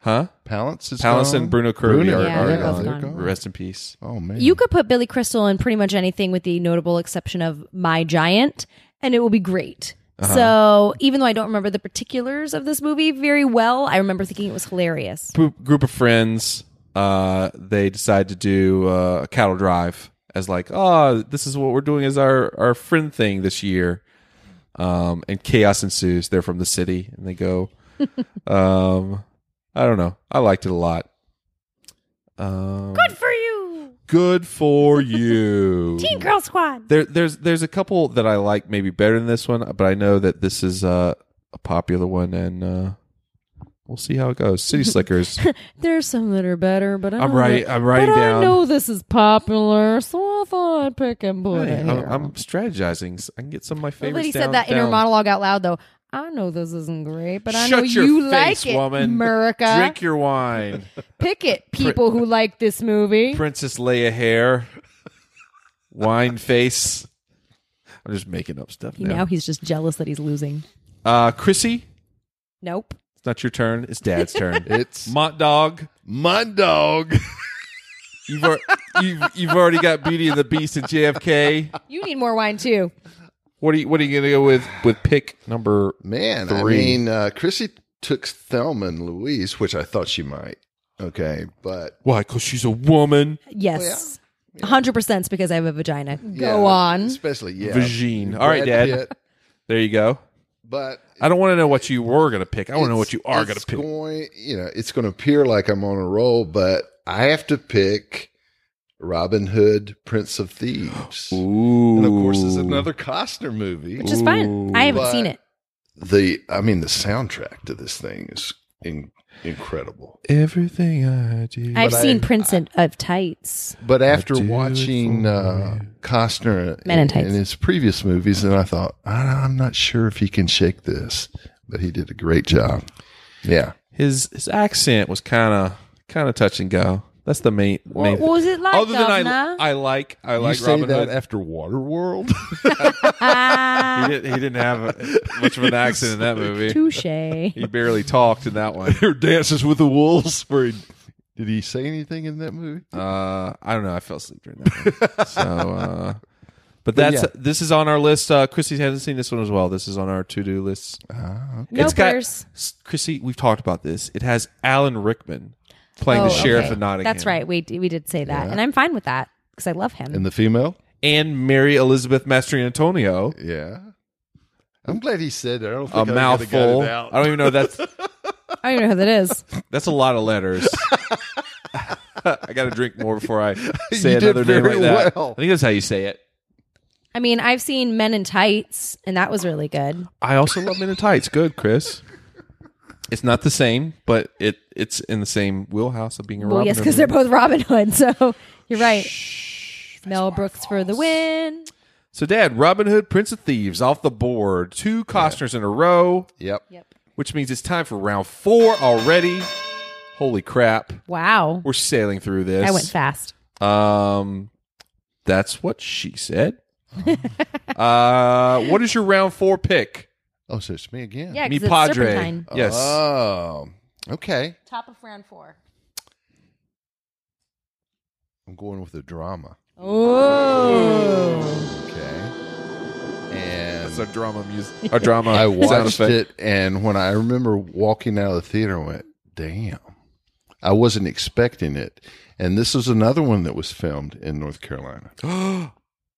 S3: huh?
S2: Palance is
S3: Palace
S2: gone.
S3: and Bruno Kirby
S2: Bruno,
S3: are,
S1: Yeah,
S3: are
S1: they're both
S3: gone.
S1: gone.
S3: Rest in peace.
S2: Oh man.
S1: You could put Billy Crystal in pretty much anything with the notable exception of My Giant, and it will be great.
S2: Uh-huh.
S1: So even though I don't remember the particulars of this movie very well, I remember thinking it was hilarious.
S3: Group, group of friends. Uh, they decide to do uh, a cattle drive as like, oh, this is what we're doing as our our friend thing this year. Um, and chaos ensues. They're from the city, and they go. um, I don't know. I liked it a lot. Um,
S1: Good for you,
S3: good for you.
S1: Teen Girl Squad.
S3: There, there's there's a couple that I like maybe better than this one, but I know that this is uh, a popular one, and uh, we'll see how it goes. City Slickers.
S1: There's some that are better, Oh, but I
S3: I'm
S1: don't
S3: right.
S1: know.
S3: I'm writing
S1: but
S3: down.
S1: I know this is popular, so I thought I'd pick and put
S3: Hey,
S1: it
S3: I'm,
S1: here.
S3: I'm strategizing. so I can get some of my favorites.
S1: Nobody
S3: down-
S1: said that inner
S3: down.
S1: monologue out loud though. I know this isn't great, but I
S3: Shut
S1: know
S3: your
S1: you
S3: face,
S1: like it,
S3: woman.
S1: America.
S3: Drink your wine,
S1: Pick it, people who like this movie.
S3: Princess Leia hair, wine face. I'm just making up stuff now.
S1: Now he's just jealous that he's losing.
S3: Uh, Chrissy,
S1: Nope.
S3: it's not your turn. It's Dad's turn.
S2: It's
S3: Mont Dog.
S2: my dog.
S3: You've, ar- you've you've already got Beauty and the Beast and JFK.
S1: You need more wine too.
S3: What are you What are you gonna go with with pick number?
S2: Man,
S3: Three.
S2: I mean, uh, Chrissy took Thelma and Louise, which I thought she might. Okay, but
S3: Why? Because she's a woman.
S1: Yes. 100% is because I have a vagina. Go
S2: yeah,
S1: on.
S2: especially yeah.
S3: Vagine. All right, Dad.
S2: Brad Pitt,
S3: There you go.
S2: but
S3: I don't want to know what you were gonna pick. I want to know
S2: it's-
S3: what you are gonna
S2: it's
S3: pick.
S2: Going, you know, it's going to appear like I'm on a roll, but I have to pick Robin Hood, Prince of Thieves,
S3: Ooh.
S2: and of course, is another Costner movie.
S1: Which is fine. I haven't
S2: But-
S1: seen it.
S2: the, I mean, the soundtrack to this thing is in, incredible.
S3: Everything I do.
S1: I've
S2: but
S1: seen
S2: I-
S1: Prince in, of Tights.
S2: But after
S3: do it
S2: watching
S3: for
S2: uh, Costner
S1: Men in
S2: in,
S1: Tights.
S2: in his previous movies, and I thought, I- I'm not sure if he can shake this, but he did a great job. Yeah.
S3: his his accent was kind of kind of touch and go. That's the main main. thing.
S1: was it like,
S3: Other than I, I like I like Robin Hood.
S2: after Waterworld?
S3: he, didn't, he didn't have a, much of an accent in that movie.
S1: Touche.
S3: He barely talked in that one.
S2: or Dances with the Wolves? Where he, did he say anything in that movie?
S3: Uh, I don't know. I fell asleep during that. One. so, uh, but that's uh, this is on our list. Uh, Chrissy hasn't seen this one as well. This is on our to do list.
S2: Ah,
S1: No
S3: It's got-
S1: purse.
S3: S- Chrissy, we've talked about this. It has Alan Rickman playing the
S1: Oh,
S3: sheriff
S1: okay.
S3: of Nottingham.
S1: That's right. We, d- we did say that. And I'm fine with that because I love him.
S2: And the female?
S3: and Mary Elizabeth Mastriantonio. Antonio.
S2: Yeah. I'm glad he said that. I don't think
S3: A
S2: I would've got it
S3: mouthful. I
S2: out.
S3: don't even know that's
S1: I don't even know who that is.
S3: that's a lot of letters. I got to drink more before I say
S2: You did
S3: another name
S2: very
S3: like that.
S2: well.
S3: I think that's how you say it.
S1: I mean, I've seen Men in Tights, and that was really good.
S3: I also love Men in Tights. Good, Chris. It's not the same, but it it's in the same wheelhouse of being a
S1: well,
S3: Robin
S1: yes,
S3: Hood
S1: because they're
S3: movie.
S1: both Robin Hood. So you're right. Mel Brooks for the win.
S3: So, Dad, Robin Hood, Prince of Thieves, off the board. Two Costners in a row,
S2: Yep.
S3: which means it's time for round four already. Holy crap!
S1: Wow.
S3: We're sailing through this.
S1: I went fast.
S3: Um, that's what she said. uh, what is your round four pick?
S2: Oh, so it's me again.
S1: Yeah,
S3: Me
S1: 'cause it's
S3: Padre.
S1: Serpentine.
S3: Yes.
S2: Oh, okay.
S1: Top of round four.
S2: I'm going with the drama.
S1: Oh.
S2: Okay. And
S3: That's our drama music. Our drama.
S2: I
S3: sound
S2: watched
S3: effect.
S2: it, and when I remember walking out of the theater, I went, "Damn, I wasn't expecting it." And this is another one that was filmed in North Carolina,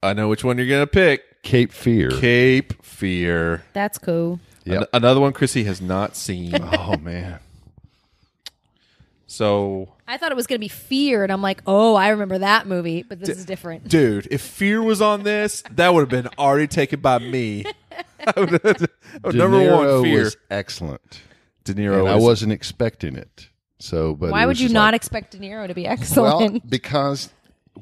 S3: I know which one you're gonna pick.
S2: Cape Fear.
S3: Cape Fear.
S1: That's cool.
S2: Yep.
S3: An- another one Chrissy has not seen.
S2: oh man,
S3: so,
S1: I thought it was going to be Fear, and I'm like, oh, I remember that movie, but this is different.
S3: dude, if Fear was on this, that would have been already taken by me. I would've- oh, number
S2: De
S3: one,
S2: Niro
S3: Fear.
S2: was excellent,
S3: De
S2: and
S3: Niro.
S2: I
S3: is-
S2: wasn't expecting it. So, but
S1: Why
S2: it
S1: would
S2: was
S1: you
S2: just
S1: not
S2: like-
S1: expect De Niro to be
S2: Well,
S1: excellent?
S2: because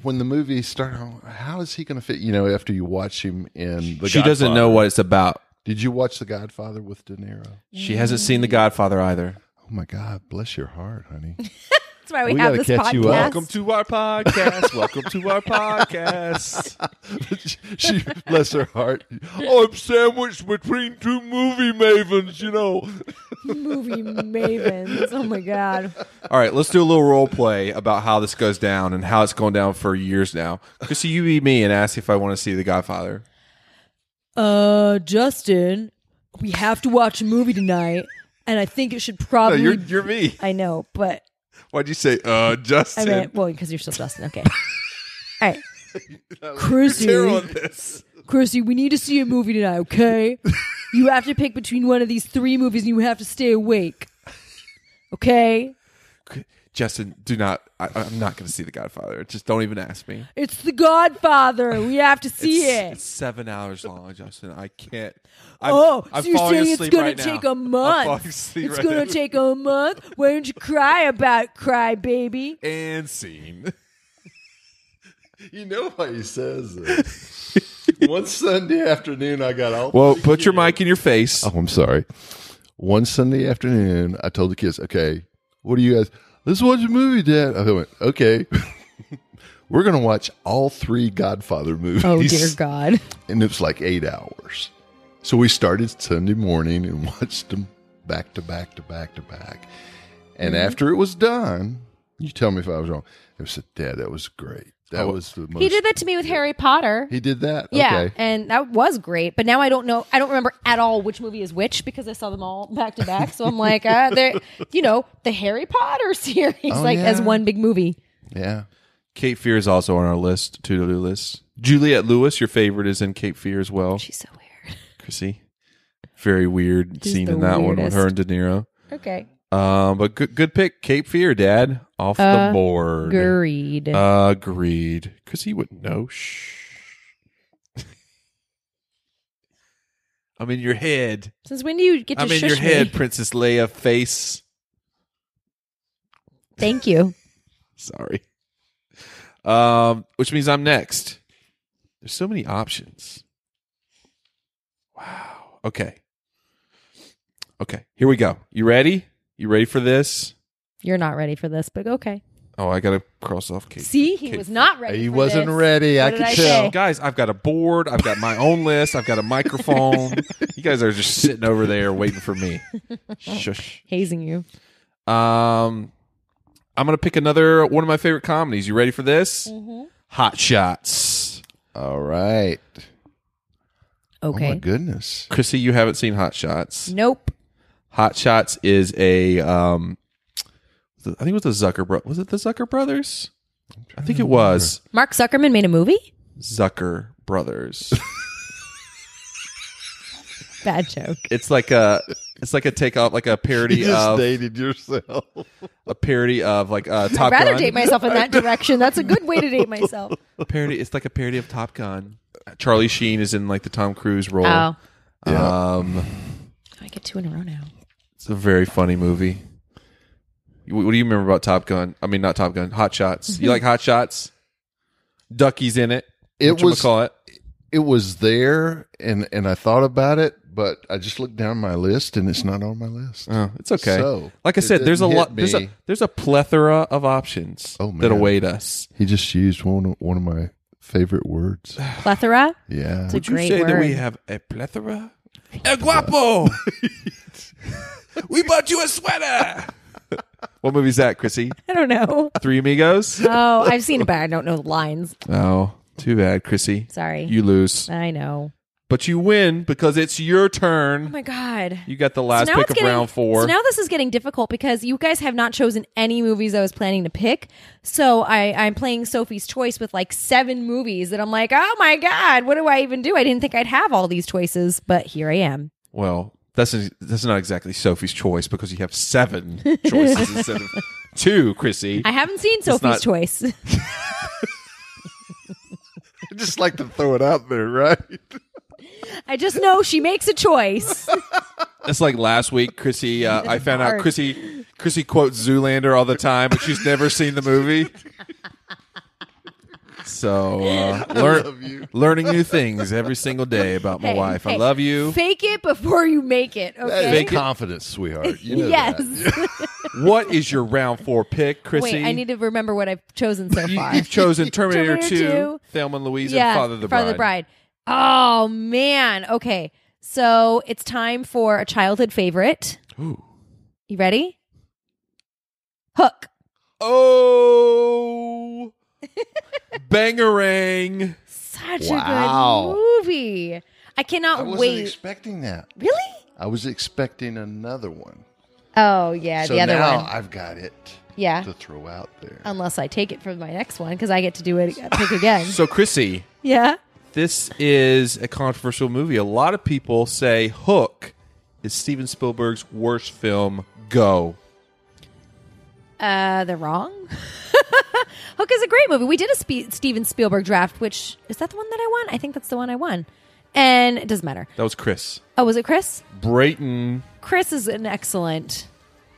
S2: when the movie started, I'm like, how is he going to fit? You know, after you watch him in the
S3: She doesn't
S2: Godfather.
S3: know what it's about.
S2: Did you watch The Godfather with De Niro?
S3: She hasn't seen The Godfather either.
S2: Oh my God, bless your heart, honey.
S1: That's why we,
S2: We
S1: have
S2: gotta
S1: this
S2: catch
S1: podcast.
S2: you up.
S3: Welcome to our podcast. Welcome to our podcast.
S2: she bless her heart. Oh, I'm sandwiched between two movie mavens, you know.
S1: movie mavens. Oh my god.
S3: All right, let's do a little role play about how this goes down and how it's going down for years now. Chrissy, you be me and ask if I want to see The Godfather.
S1: Uh, Justin, we have to watch a movie tonight, and I think it should
S3: No,
S1: probably.
S3: you're you're me.
S1: I know, but
S3: Why'd you say uh
S1: I
S3: Justin?
S1: mean, well, because you're still Justin. Okay. All right,
S3: You're terrible
S1: Chrissy,
S3: at this.
S1: Chrissy, we need to see a movie tonight. Okay, you have to pick between one of these three movies, and you have to stay awake. Okay,
S3: Justin, do not. I, I'm not going to see The Godfather. Just don't even ask me.
S1: it's The Godfather. We have to see
S3: It's,
S1: it.
S3: it's seven hours long, Justin. I can't. I'm,
S1: Oh,
S3: I'm
S1: so you're
S3: falling
S1: saying it's
S3: asleep
S1: gonna
S3: right now.
S1: take a
S3: I'm
S1: month?
S3: falling
S1: It's
S3: asleep right
S1: gonna
S3: now.
S1: take a month. Why don't you cry about it, cry baby?
S3: and scene.
S2: You know why he says this. One Sunday afternoon, I got all.
S3: Well, put your mic in your face.
S2: oh, I'm sorry. One Sunday afternoon, I told the kids, "Okay, what do you guys? Let's watch a movie, Dad." I went, "Okay." We're gonna watch all three Godfather movies.
S1: Oh dear God!
S2: and it was like eight hours. So we started Sunday morning and watched them back to back to back to back. And after it was done, you tell me if I was wrong. It said, "Dad, that was great. That
S3: Oh.
S2: was the most."
S1: He did that to me with Harry Potter.
S2: He did that.
S1: yeah,
S2: Okay.
S1: and that was great. But now I don't know. I don't remember at all which movie is which because I saw them all back to back. So I'm like, uh, they're you know, the Harry Potter series, like as
S2: Oh, yeah.
S1: one big movie.
S2: Yeah.
S3: Cape Fear is also on our list, to do list. Juliet Lewis, your favorite, is in Cape Fear as well.
S1: She's so weird.
S3: Chrissy, very weird
S1: She's
S3: scene
S1: the
S3: in that one with
S1: weirdest.
S3: her and De Niro.
S1: Okay,
S3: Um, but good, good pick, Cape Fear, Dad, off
S1: Uh,
S3: the board.
S1: agreed.
S3: Agreed. Chrissy wouldn't know. Shh. I'm in your head.
S1: Since when do you get to
S3: I'm in
S1: shush
S3: your
S1: me?
S3: head, Princess Leia face.
S1: Thank you.
S3: Sorry. Um, which means I'm next. There's so many options. Wow. Okay. Okay. Here we go. You ready? You ready for this?
S1: You're not ready for this, but okay.
S3: Oh, I gotta cross off Kate.
S1: See, he
S3: Kate.
S1: was not ready.
S2: He
S1: for
S2: wasn't
S1: this.
S2: ready. I
S1: did
S2: could
S1: I
S2: tell.
S1: say?
S3: Guys, I've got a board. I've got my own list. I've got a microphone. you guys are just sitting over there waiting for me. Shush.
S1: Hazing you.
S3: Um, I'm gonna pick another one of my favorite comedies. You ready for this?
S1: Mm-hmm.
S3: Hot Shots.
S2: All right. Oh my
S1: Okay.
S2: goodness.
S3: Chrissy, you haven't seen Hot Shots.
S1: nope.
S3: Hot Shots is a um, I think it was the Zucker bro. Was it the Zucker brothers? I think it was
S1: Mark Zuckerman made a movie?
S3: Zucker brothers.
S1: Bad joke.
S3: it's like a it's like a take off like a
S2: You
S3: parody
S2: just
S3: of
S2: dated yourself.
S3: a parody of like uh,
S1: I'd
S3: Top
S1: rather
S3: Gun.
S1: date myself in that direction. That's a good way to date myself.
S3: parody. It's like a parody of Top Gun. Charlie Sheen is in like the Tom Cruise role.
S1: Oh.
S3: Um,
S1: I get two in a row now.
S3: it's a very funny movie. What do you remember about Top Gun? I mean, not Top Gun. Hot Shots. You like Hot Shots? Ducky's in it.
S2: It was-
S3: call it.
S2: It was there, and and I thought about it, but I just looked down my list, and it's not on my list.
S3: Oh, it's okay.
S2: So,
S3: like I
S2: it
S3: said, there's a
S2: didn't
S3: lot.
S2: hit
S3: There's a
S2: me.
S3: there's a plethora of options
S2: Oh, man.
S3: that await us.
S2: He just used one of- one of my favorite words.
S1: Plethora?
S2: Yeah.
S1: It's a
S3: Would you
S1: great
S3: say
S1: word.
S3: that we have a plethora? El guapo. we bought you a sweater. what movie's that, Chrissy?
S1: I don't know.
S3: Three Amigos.
S1: Oh, I've seen it, but I don't know the lines.
S3: Oh, too bad, Chrissy.
S1: Sorry.
S3: You lose,
S1: I know.
S3: but you win because it's your turn.
S1: Oh my God.
S3: you got the last pick of round four.
S1: So now this is getting difficult because you guys have not chosen any movies I was planning to pick. So I, I'm playing Sophie's choice with like seven movies that I'm like, oh my God, what do I even do? I didn't think I'd have all these choices, but here I am.
S3: Well, that's that's not exactly Sophie's choice because you have seven choices instead of two, Chrissy.
S1: I haven't seen Sophie's
S3: not-
S1: choice.
S2: I just like to throw it out there, right?
S1: I just know she makes a choice.
S3: That's like last week, Chrissy. Uh, I found out
S1: hard.
S3: Chrissy Chrissy quotes Zoolander all the time, but she's never seen the movie. So uh, learn-
S2: love you.
S3: learning new things every single day about my
S1: Hey,
S3: wife. I
S1: hey,
S3: love you.
S1: Fake it before you make it.
S2: That is
S1: Okay.
S2: confidence, sweetheart. You know
S1: yes.
S2: that.
S3: What is your round four pick, Chrissy?
S1: Wait, I need to remember what I've chosen so
S3: you,
S1: far.
S3: have chosen Terminator,
S1: Terminator
S3: 2,
S1: two.
S3: Thelma and Louise,
S1: yeah,
S3: and Father of the
S1: Father
S3: Bride.
S1: Oh man. Okay. So it's time for a childhood favorite.
S3: Ooh.
S1: You ready? Hook.
S3: Oh, bangerang!
S1: Such
S2: Wow.
S1: a good movie. I cannot
S2: I wasn't
S1: wait.
S2: expecting that.
S1: really?
S2: I was expecting another one.
S1: Oh yeah,
S2: so
S1: the other
S2: now
S1: one.
S2: I've got it
S1: yeah. Oh.
S2: to throw out there.
S1: Unless I take it for my next one because I get to do it pick again.
S3: So, Chrissy,
S1: yeah.
S3: this is a controversial movie. A lot of people say Hook is Steven Spielberg's worst film. Go.
S1: Uh, they're wrong. Hook is a great movie. We did a Spe- Steven Spielberg draft, which is that the one that I won? I think that's the one I won. And it doesn't matter.
S3: That was Chris
S1: Oh, was it Chris?
S3: Brayton.
S1: Chris is an excellent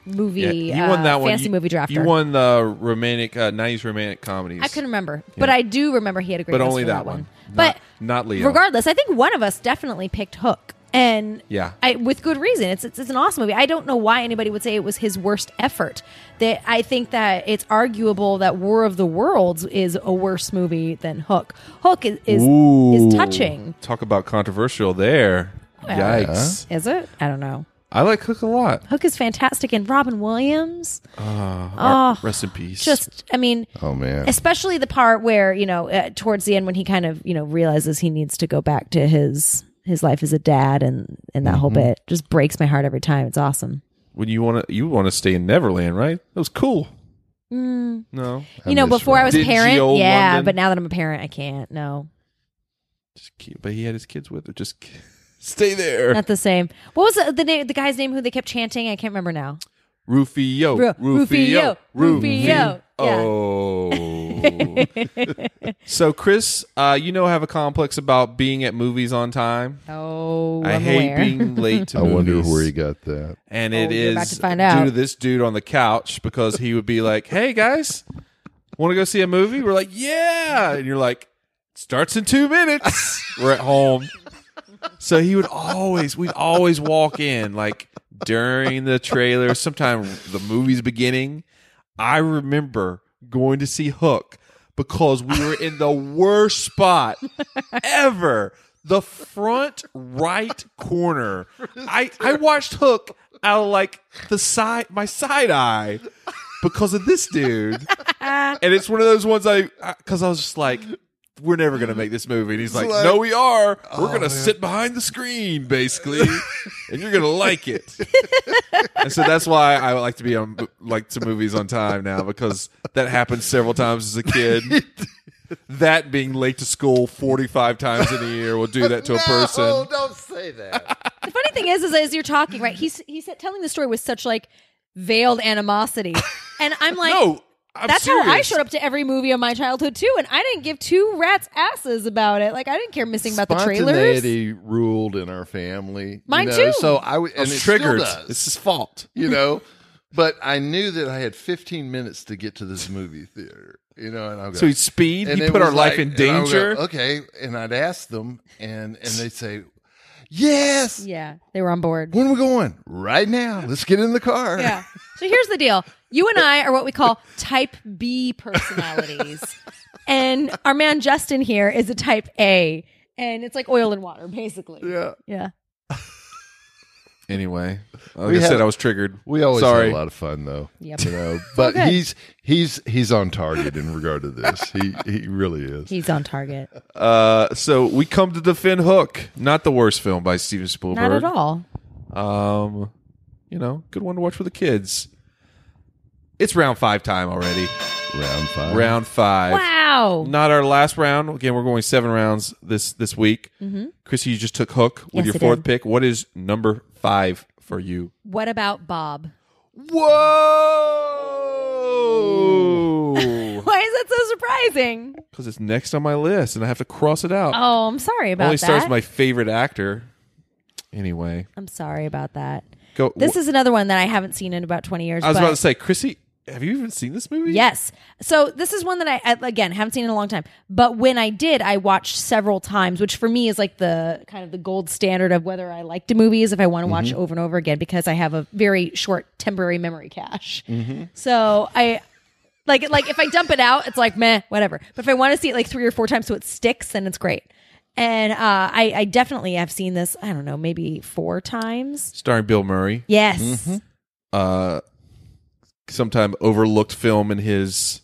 S1: movie.
S3: you
S1: uh,
S3: won that one.
S1: Fantasy
S3: You-
S1: movie drafter.
S3: You won the romantic uh, '90s romantic comedies.
S1: I couldn't remember, but I do remember he had a great.
S3: But
S1: list
S3: only
S1: for
S3: that
S1: one.
S3: one.
S1: But
S3: Not- not Leo.
S1: Regardless, I think one of us definitely picked Hook, and
S3: Yeah.
S1: I, with good reason. It's, it's it's an awesome movie. I don't know why anybody would say it was his worst effort. That I think that it's arguable that War of the Worlds is a worse movie than Hook. Hook is is, is
S3: Ooh.
S1: touching.
S3: Talk about controversial there.
S1: Oh,
S3: Yikes!
S1: Is it? I don't know.
S3: I like Hook a lot.
S1: Hook is fantastic, and Robin Williams.
S3: R- Rest in peace.
S1: Oh, Just, I mean,
S2: oh man.
S1: especially the part where you know uh, towards the end when he kind of you know realizes he needs to go back to his his life as a dad and and that whole bit just breaks my heart every time it's awesome
S3: when you want to, you want to stay in Neverland, right? That was cool.
S1: Mm.
S3: No,
S1: you know
S2: miss
S1: before i was a
S3: Didn't she
S1: parent
S3: own
S1: yeah
S3: London?
S1: but now that i'm a parent i can't no
S3: just keep, but he had his kids with her. Just k- stay there.
S1: not the same what was the, the name the guy's name who they kept chanting i can't remember now
S3: Rufio,
S1: Ru- Rufio, Rufio.
S3: Oh, so Chris, uh, you know, I have a complex about being at movies on time.
S1: oh
S3: I
S1: am
S3: hate
S1: aware
S3: being late. To
S2: I wonder
S3: movies.
S2: where he got that.
S3: and
S1: Oh,
S3: it
S1: you're
S3: is
S1: about to find
S3: due
S1: out.
S3: to this dude on the couch because he would be like, "Hey guys, want to go see a movie?" We're like, "Yeah," and you're like, "Starts in two minutes." We're at home, so he would always we'd always walk in like during the trailer, sometime the movie's beginning. I remember going to see Hook because we were in the worst spot ever. The front right corner. I, I watched Hook out of like the side my side eye because of this dude. And it's one of those ones I because I was just like, we're never gonna make this movie. And he's like,
S2: like-
S3: No, we are. We're gonna sit behind the screen, basically, and you're gonna like it. and so that's why I like to be on like to movies on time now because that happened several times as a kid. that being late to school 45 times in a year will do that to a person.
S2: don't say that.
S1: the funny thing is, is as you're talking right he's he's telling the story with such like veiled animosity and i'm like
S3: No, I'm
S1: That's
S3: serious.
S1: how I showed up to every movie of my childhood too, and I didn't give two rats asses about it. Like I didn't care missing about the trailers.
S2: Spontaneity ruled in our family. you
S1: Mine
S2: know,
S1: too.
S2: So I w-
S3: I
S2: and
S3: was
S2: it still
S3: triggered.
S2: does,
S3: It's his fault.
S2: you know, but I knew that I had 15 minutes to get to this movie theater. You know, and I'll go.
S3: So he'd speed.
S2: And
S3: he
S2: it
S3: put our
S2: was like-
S3: life
S2: oh,
S3: in
S2: and I would
S3: danger.
S2: go, okay, and I'd ask them, and and they'd say, "Yes,
S1: Yeah, they were on board.
S2: when are we going? Right now. Let's get in the car."
S1: Yeah. So here's the deal: you and I are what we call Type B personalities, and our man Justin here is a Type A, and it's like oil and water, basically.
S2: Yeah.
S1: Yeah.
S3: Anyway, like
S2: We
S3: I
S2: had-
S3: said, I was triggered.
S2: We always
S3: Sorry.
S2: had a lot of fun though.
S1: Yep.
S2: You know, but
S1: good.
S2: he's he's he's on target in regard to this. He he really is.
S1: He's on target.
S3: Uh, so we come to defend Hook, not the worst film by Steven Spielberg.
S1: Not at all.
S3: Um, you know, good one to watch with the kids. It's round five time already.
S2: Round five.
S3: round five.
S1: Wow.
S3: Not our last round. Again, we're going seven rounds this this week. Mm-hmm. Chrissy, you just took Hook
S1: Yes,
S3: with your
S1: I
S3: fourth
S1: did.
S3: pick. What is number five for you?
S1: What about Bob?
S3: Whoa!
S1: Why is that so surprising?
S3: Because it's next on my list, and I have to cross it out.
S1: Oh, I'm sorry about
S3: Only
S1: that. Um,
S3: stars my favorite actor. Anyway,
S1: I'm sorry about that.
S3: go.
S1: This is another one that I haven't seen in about 20 years.
S3: I was
S1: but
S3: about to say, Chrissy Have you even seen this movie?
S1: Yes. So this is one that I, I again haven't seen in a long time. But when I did, I watched several times, which for me is like the kind of the gold standard of whether I liked a movie is if I want to watch it over and over again because I have a very short temporary memory cache. So I like like if I dump it out, it's like meh, whatever. But if I want to see it like three or four times so it sticks, then it's great. And uh, I, I definitely have seen this. I don't know, maybe four times.
S3: Starring Bill Murray.
S1: Yes.
S3: Uh, sometime overlooked film in his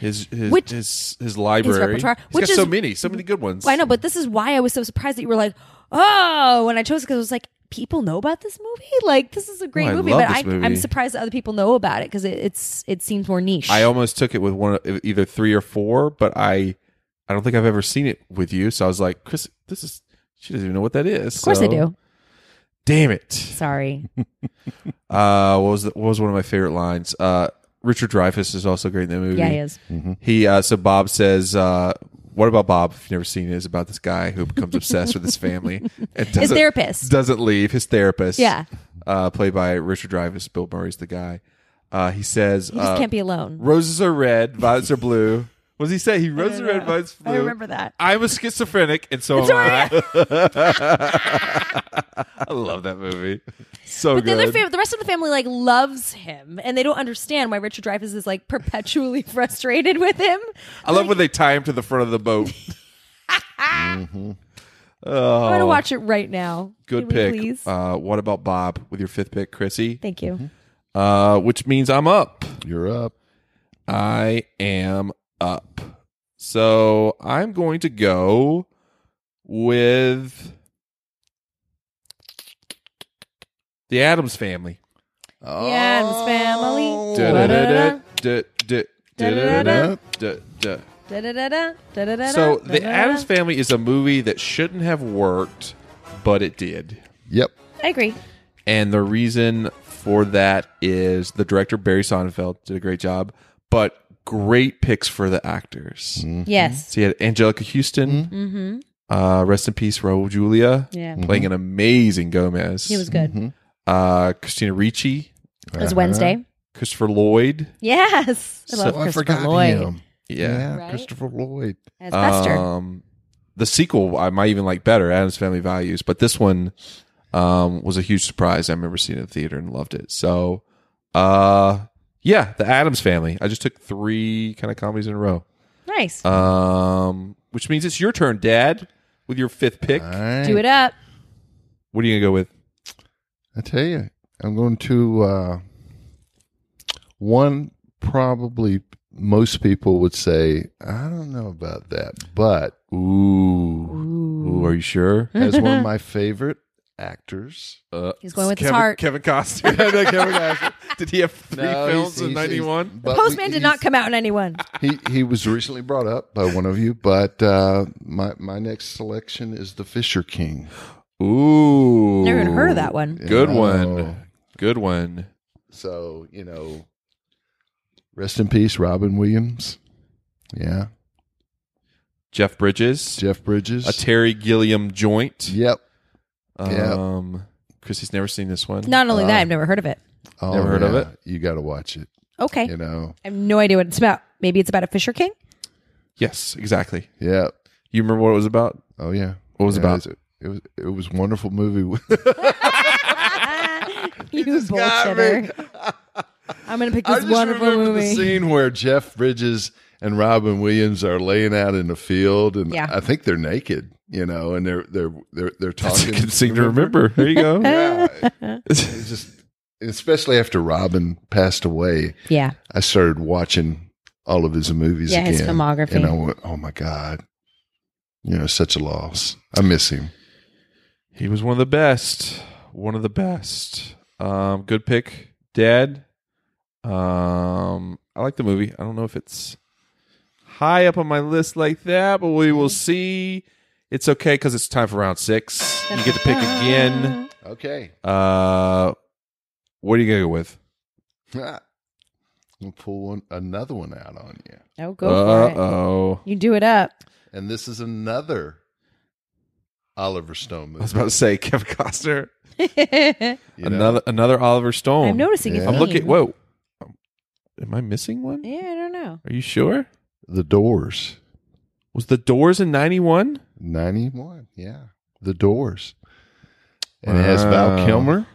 S3: his his
S1: Which-
S3: his, his library.
S1: repertoire,
S3: He's
S1: which
S3: got so
S1: is-
S3: many, so many good ones.
S1: Well, I know, but this is why I was so surprised that you were like, oh, when I chose it, because I was like, people know about this movie. Like, this is a great
S3: Oh, I
S1: movie,
S3: love
S1: but
S3: this
S1: I,
S3: movie.
S1: I'm surprised that other people know about it because it, it's it seems more niche.
S3: I almost took it with one of either three or four, but I I don't think I've ever seen it with you. So I was like, Chris, this is she doesn't even know what that is.
S1: of course, I
S3: so-
S1: do.
S3: Damn it.
S1: Sorry,
S3: Uh, what was the, what was one of my favorite lines? Uh, Richard Dreyfuss is also great in that movie.
S1: yeah, he is.
S3: He uh, so Bob says, uh, "What about Bob? If you've never seen it, is about this guy who becomes obsessed with his family and doesn't,
S1: therapist.
S3: doesn't leave. His therapist,
S1: Yeah.
S3: uh, played by Richard Dreyfuss. Bill Murray's the guy. Uh, he says,
S1: You just
S3: uh,
S1: can't be alone.
S3: "Roses are red, violets are blue." What does he say? He roses are red, violets blue.
S1: I remember that.
S3: I'm a schizophrenic, and so am I. I love that movie. So
S1: But the, other
S3: good.
S1: fam- the rest of the family like loves him, and they don't understand why Richard Dreyfuss is like perpetually frustrated with him.
S3: I love when they tie him to the front of the boat. Mm-hmm. Oh,
S1: I'm gonna watch it right now.
S3: Good
S1: Can we
S3: pick.
S1: please.
S3: Uh, what about Bob with your fifth pick, Chrissy?
S1: Thank you.
S3: Uh, which means I'm up.
S2: You're up.
S3: I am up. So I'm going to go with the Adams family.
S1: Yeah, and his family.
S3: Da-da-da-da, da-da, da-da-da-da,
S1: Da-da-da-da.
S3: da-da.
S1: Da-da-da-da, da-da-da-da,
S3: So the
S1: da-da-da-da.
S3: Adams family is a movie that shouldn't have worked, but it did.
S2: Yep.
S1: I agree.
S3: And the reason for that is the director Barry Sonnenfeld did a great job, but great picks for the actors.
S1: Yes.
S3: So you had Angelica Houston. Uh, rest in peace, Raul Julia.
S1: Mm-hmm. Yeah.
S3: Playing an amazing Gomez.
S1: He was good.
S3: Uh, Christina Ricci,
S1: It was Wednesday.
S3: Christopher Lloyd.
S1: Yes. I
S3: Uh-huh. So-
S1: love
S3: Oh,
S2: I
S1: Christopher
S2: forgot
S1: Lloyd
S2: him. Yeah,
S1: Right?
S2: Christopher Lloyd.
S1: as Buster.
S3: Um, the sequel I might even like better, Adam's Family Values, but this one um, was a huge surprise. I remember seeing it in the theater and loved it. So, uh, yeah, the Adams Family. I just took three kind of comedies in a row,
S1: nice.
S3: um, which means it's your turn, Dad, with your fifth pick.
S2: All right.
S1: Do it up.
S3: What are you gonna go with?
S2: I tell you, I'm going to uh, one probably most people would say, I don't know about that, but
S3: Ooh, are you sure?
S2: as one of my favorite actors.
S3: Uh,
S1: He's going with his
S3: Kevin,
S1: heart.
S3: Kevin Costner. No, Kevin Costner. Did he have three
S2: No,
S3: films
S2: he's-
S3: in
S2: he's- he's-
S3: '91?
S2: but
S1: Postman
S2: we-
S1: did not
S2: he's-
S1: come out in anyone.
S2: He he was recently brought up by one of you, but uh, my my next selection is the Fisher King.
S3: Ooh,
S1: Never even heard of that one.
S3: Good
S2: Yeah.
S3: one. Good one.
S2: So you know, rest in peace, Robin Williams. Yeah,
S3: Jeff Bridges,
S2: Jeff Bridges.
S3: a Terry Gilliam joint.
S2: yep. yeah.
S3: Um, Chrissy's never seen this one.
S1: Not only that, I've never heard of it.
S2: Oh,
S3: Never heard of
S2: yeah.
S3: it?
S2: You got to watch it.
S1: Okay.
S2: You know.
S1: I have no idea what it's about. Maybe it's about a Fisher King?
S3: Yes, exactly.
S2: Yeah.
S3: You remember what it was about?
S2: Oh yeah.
S3: What was it
S2: Yeah,
S3: about?
S2: It was it was a wonderful movie.
S1: you bullshitter. I'm going to pick this wonderful
S2: the
S1: movie.
S2: scene where Jeff Bridges and Robin Williams are laying out in the field, and
S1: Yeah.
S2: I think they're naked. You know, and they're they're they're they're
S3: That's
S2: talking.
S3: a good thing to remember. There you go.
S2: It's just especially after Robin passed away,
S1: Yeah.
S2: I started watching all of his movies
S1: Yeah,
S2: again.
S1: his filmography.
S2: and I went, "Oh my god." You know, such a loss. I miss him.
S3: He was one of the best. One of the best. Um, good pick, Dad. Um, I like the movie. I don't know if it's high up on my list like that, but we will see. It's okay because it's time for round six. You get to pick again.
S2: Okay.
S3: Uh, what are you gonna go with?
S2: I'll pull one, another one out on you.
S1: Oh, go
S3: Uh
S1: for it.
S3: oh.
S1: You do it up.
S2: And this is another Oliver Stone movie.
S3: I was about to say Kevin Costner.
S2: you know?
S3: Another another Oliver Stone.
S1: I'm noticing it's
S2: Yeah.
S3: I'm looking. Whoa. Am I missing one?
S1: Yeah, I don't know.
S3: Are you sure?
S2: The Doors.
S3: Was the Doors in '91?
S2: 91. Yeah. The Doors. And it has Val
S3: Wow.
S2: Kilmer,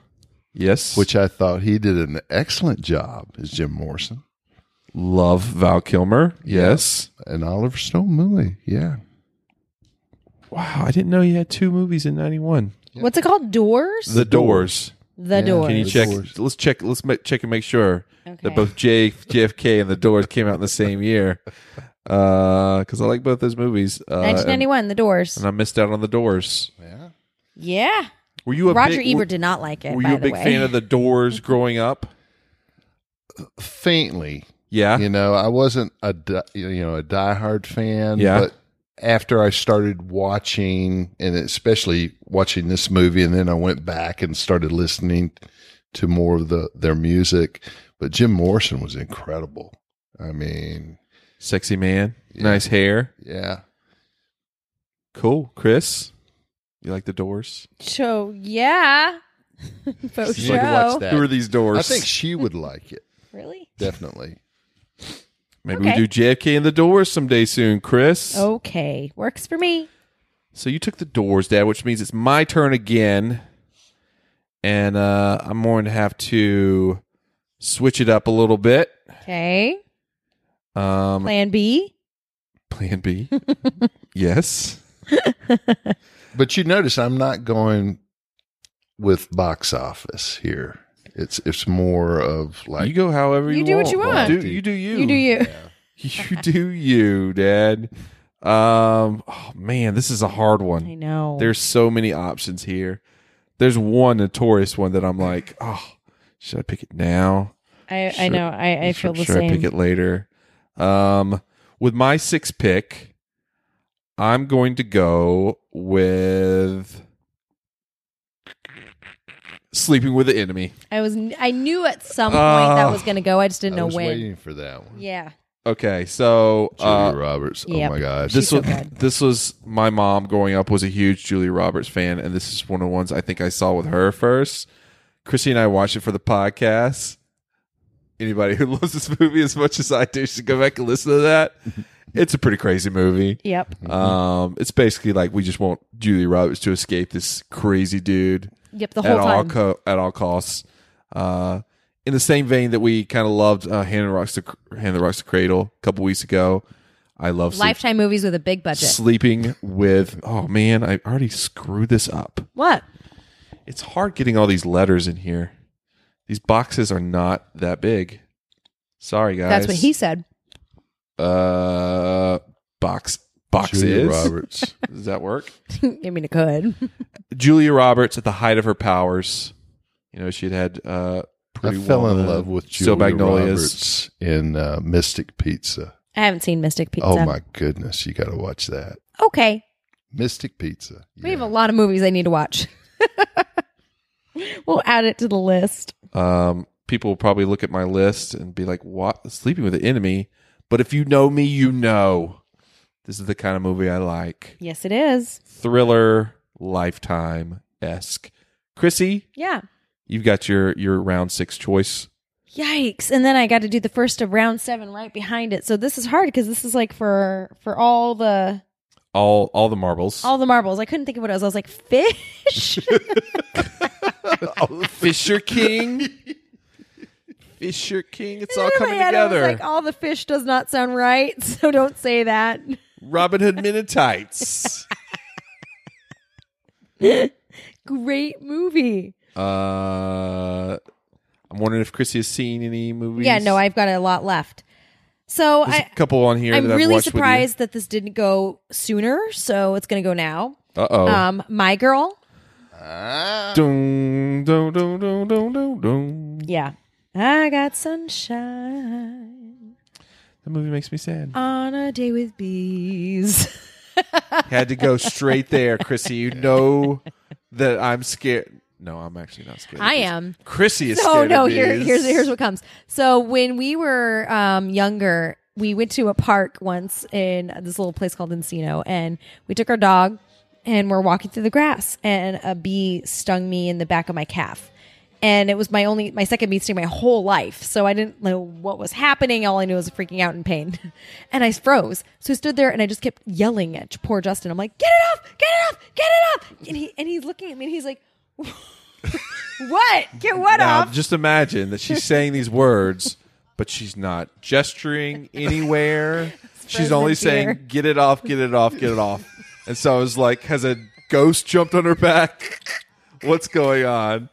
S3: Yes.
S2: which I thought he did an excellent job as Jim Morrison.
S3: love Val Kilmer. Yes.
S2: An Oliver Stone movie. Yeah.
S3: Wow, I didn't know he had two movies in '91.
S1: What's it called? Doors?
S3: The Doors.
S1: The
S2: Yeah.
S1: Doors.
S3: Can you
S2: The
S3: check?
S2: Doors.
S3: Let's check. Let's ma- check and make sure
S1: Okay.
S3: that both J, JFK and The Doors came out in the same year. Because I like both those movies. Uh, and,
S1: 1991, The Doors.
S3: and I missed out on The Doors.
S1: Yeah.
S3: Were you a
S1: Roger
S3: big,
S1: Ebert
S3: were-
S1: did not like it,
S3: Were
S1: by
S3: you a
S1: the
S3: big
S1: way.
S3: fan of The Doors growing up?
S2: Faintly.
S3: Yeah.
S2: You know, I wasn't a di- you know a diehard fan,
S3: Yeah.
S2: but after I started watching and especially watching this movie, and then I went back and started listening to more of the their music. But Jim Morrison was incredible. I mean,
S3: Sexy man. Nice hair.
S2: yeah,
S3: Cool. Chris, you like The Doors?
S1: So, yeah. For
S2: She'd like to watch
S1: sure.
S2: that.
S3: Who are these Doors?
S2: I think she would like it
S1: Really?
S2: definitely.
S3: Maybe
S1: Okay. Oh.
S3: we do JFK and The Doors someday soon, Chris.
S1: Okay. Works for me.
S3: So you took the doors, Dad, which means it's my turn again. And uh, I'm going to have to switch it up a little bit.
S1: Okay.
S3: Um,
S1: Plan B.
S3: plan B. yes.
S2: But you notice I'm not going with box office here. It's it's more of like
S3: you go however you,
S1: You do what you want.
S3: Do, you do you.
S1: You do you.
S3: You do you, Dad. Um, oh, man, this is a hard
S1: I
S3: one.
S1: know.
S3: There's so many options here. There's one notorious one that I'm like, oh, should I pick it now?
S1: I, I
S3: Should-
S1: know. I, I feel
S3: Sure-
S1: the
S3: sure, I pick
S1: same.
S3: it later. Um, with my sixth pick, I'm going to go with sleeping with the enemy.
S1: I was. I knew at some
S3: Ah.
S1: point that was going to go. I just
S2: I
S1: didn't know
S2: was
S1: when.
S2: waiting for that one.
S1: Yeah.
S3: Okay, so
S2: Julia
S3: uh,
S2: Roberts.
S1: yep.
S2: Oh my gosh.
S3: this
S1: so
S3: was
S1: good.
S3: this was my mom growing up was a huge Julia Roberts fan, and this is one of the ones I think I saw with her first. Chrissy and I watched it for the podcast. Anybody who loves this movie as much as I do should go back and listen to that. It's a pretty crazy movie.
S1: Yep.
S3: Um, it's basically like we just want Julia Roberts to escape this crazy dude
S1: Yep. The
S3: at
S1: whole
S3: all
S1: time.
S3: co- at all costs. Uh, in the same vein that we kind of loved uh, Hannah rocks the Cr- Hannah rocks the cradle a couple weeks ago. I love sleep-
S1: Lifetime movies with a big budget.
S3: sleeping with. Oh man, I already screwed this up.
S1: what?
S3: It's hard getting all these letters in here. These boxes are not that big. Sorry guys.
S1: That's what he said.
S3: uh box boxes.
S2: Julia Roberts.
S3: Does that work?
S1: I mean, it could.
S3: Julia Roberts at the height of her powers. You know, she had had uh,
S2: I
S3: pretty
S2: fell in
S3: Woman,
S2: love with
S3: Steel
S2: Julia Roberts in uh, Mystic Pizza.
S1: I haven't seen Mystic Pizza.
S2: Oh my goodness, you got to watch that.
S1: Okay.
S2: Mystic Pizza.
S1: We have a
S2: Yeah.
S1: lot of movies I need to watch. we'll add it to the list.
S3: Um, people will probably look at my list and be like, "What? Sleeping with the enemy?" But if you know me, you know this is the kind of movie I like:
S1: Yes, it is.
S3: thriller, lifetime esque. Chrissy,
S1: Yeah.
S3: you've got your your round six choice.
S1: Yikes. And then I got to do the first of round seven right behind it. So this is hard because this is like for for all the
S3: All all the marbles.
S1: all the marbles. I couldn't think of what it was. I was like, fish?
S3: Fisher King. Fisher King. It's all
S1: In my
S3: coming
S1: head, I was
S3: together.
S1: like, all the fish does not sound right. So don't say that.
S3: Robin Hood Minutites.
S1: Great movie.
S3: Uh, I'm wondering if Chrissy has seen any movies.
S1: Yeah, no, I've got a lot left. So
S3: There's
S1: I,
S3: a couple on here.
S1: I'm
S3: that I've
S1: really
S3: watched with you.
S1: surprised that this didn't go sooner, so it's going to go now.
S3: Uh-oh.
S1: Um, My Girl.
S3: Dun, dun, dun, dun, dun, dun, dun.
S1: Yeah. I got sunshine
S3: That movie makes me sad.
S1: on a day with bees.
S3: Had to go straight there, Chrissy. You know that I'm scared. No, I'm actually not scared. of
S1: I
S3: bees.
S1: am.
S3: Chrissy is
S1: oh
S3: scared.
S1: no!
S3: of
S1: Here,
S3: bees.
S1: here's here's what comes. So when we were um, younger, we went to a park once in this little place called Encino, and we took our dog and we're walking through the grass, and a bee stung me in the back of my calf, and it was my only my second meat sting my whole life. So I didn't know what was happening. All I knew was freaking out in pain, and I froze. So I stood there and I just kept yelling at poor Justin. I'm like, "Get it off! Get it off! Get it off!" And he and he's looking at me and he's like, "What? Get what
S3: Now,
S1: off?"
S3: just imagine that she's saying these words, but she's not gesturing anywhere. she's
S1: frozen
S3: only
S1: in fear.
S3: saying, get it off, get it off, get it off. And so I was like, has a ghost jumped on her back? What's going on?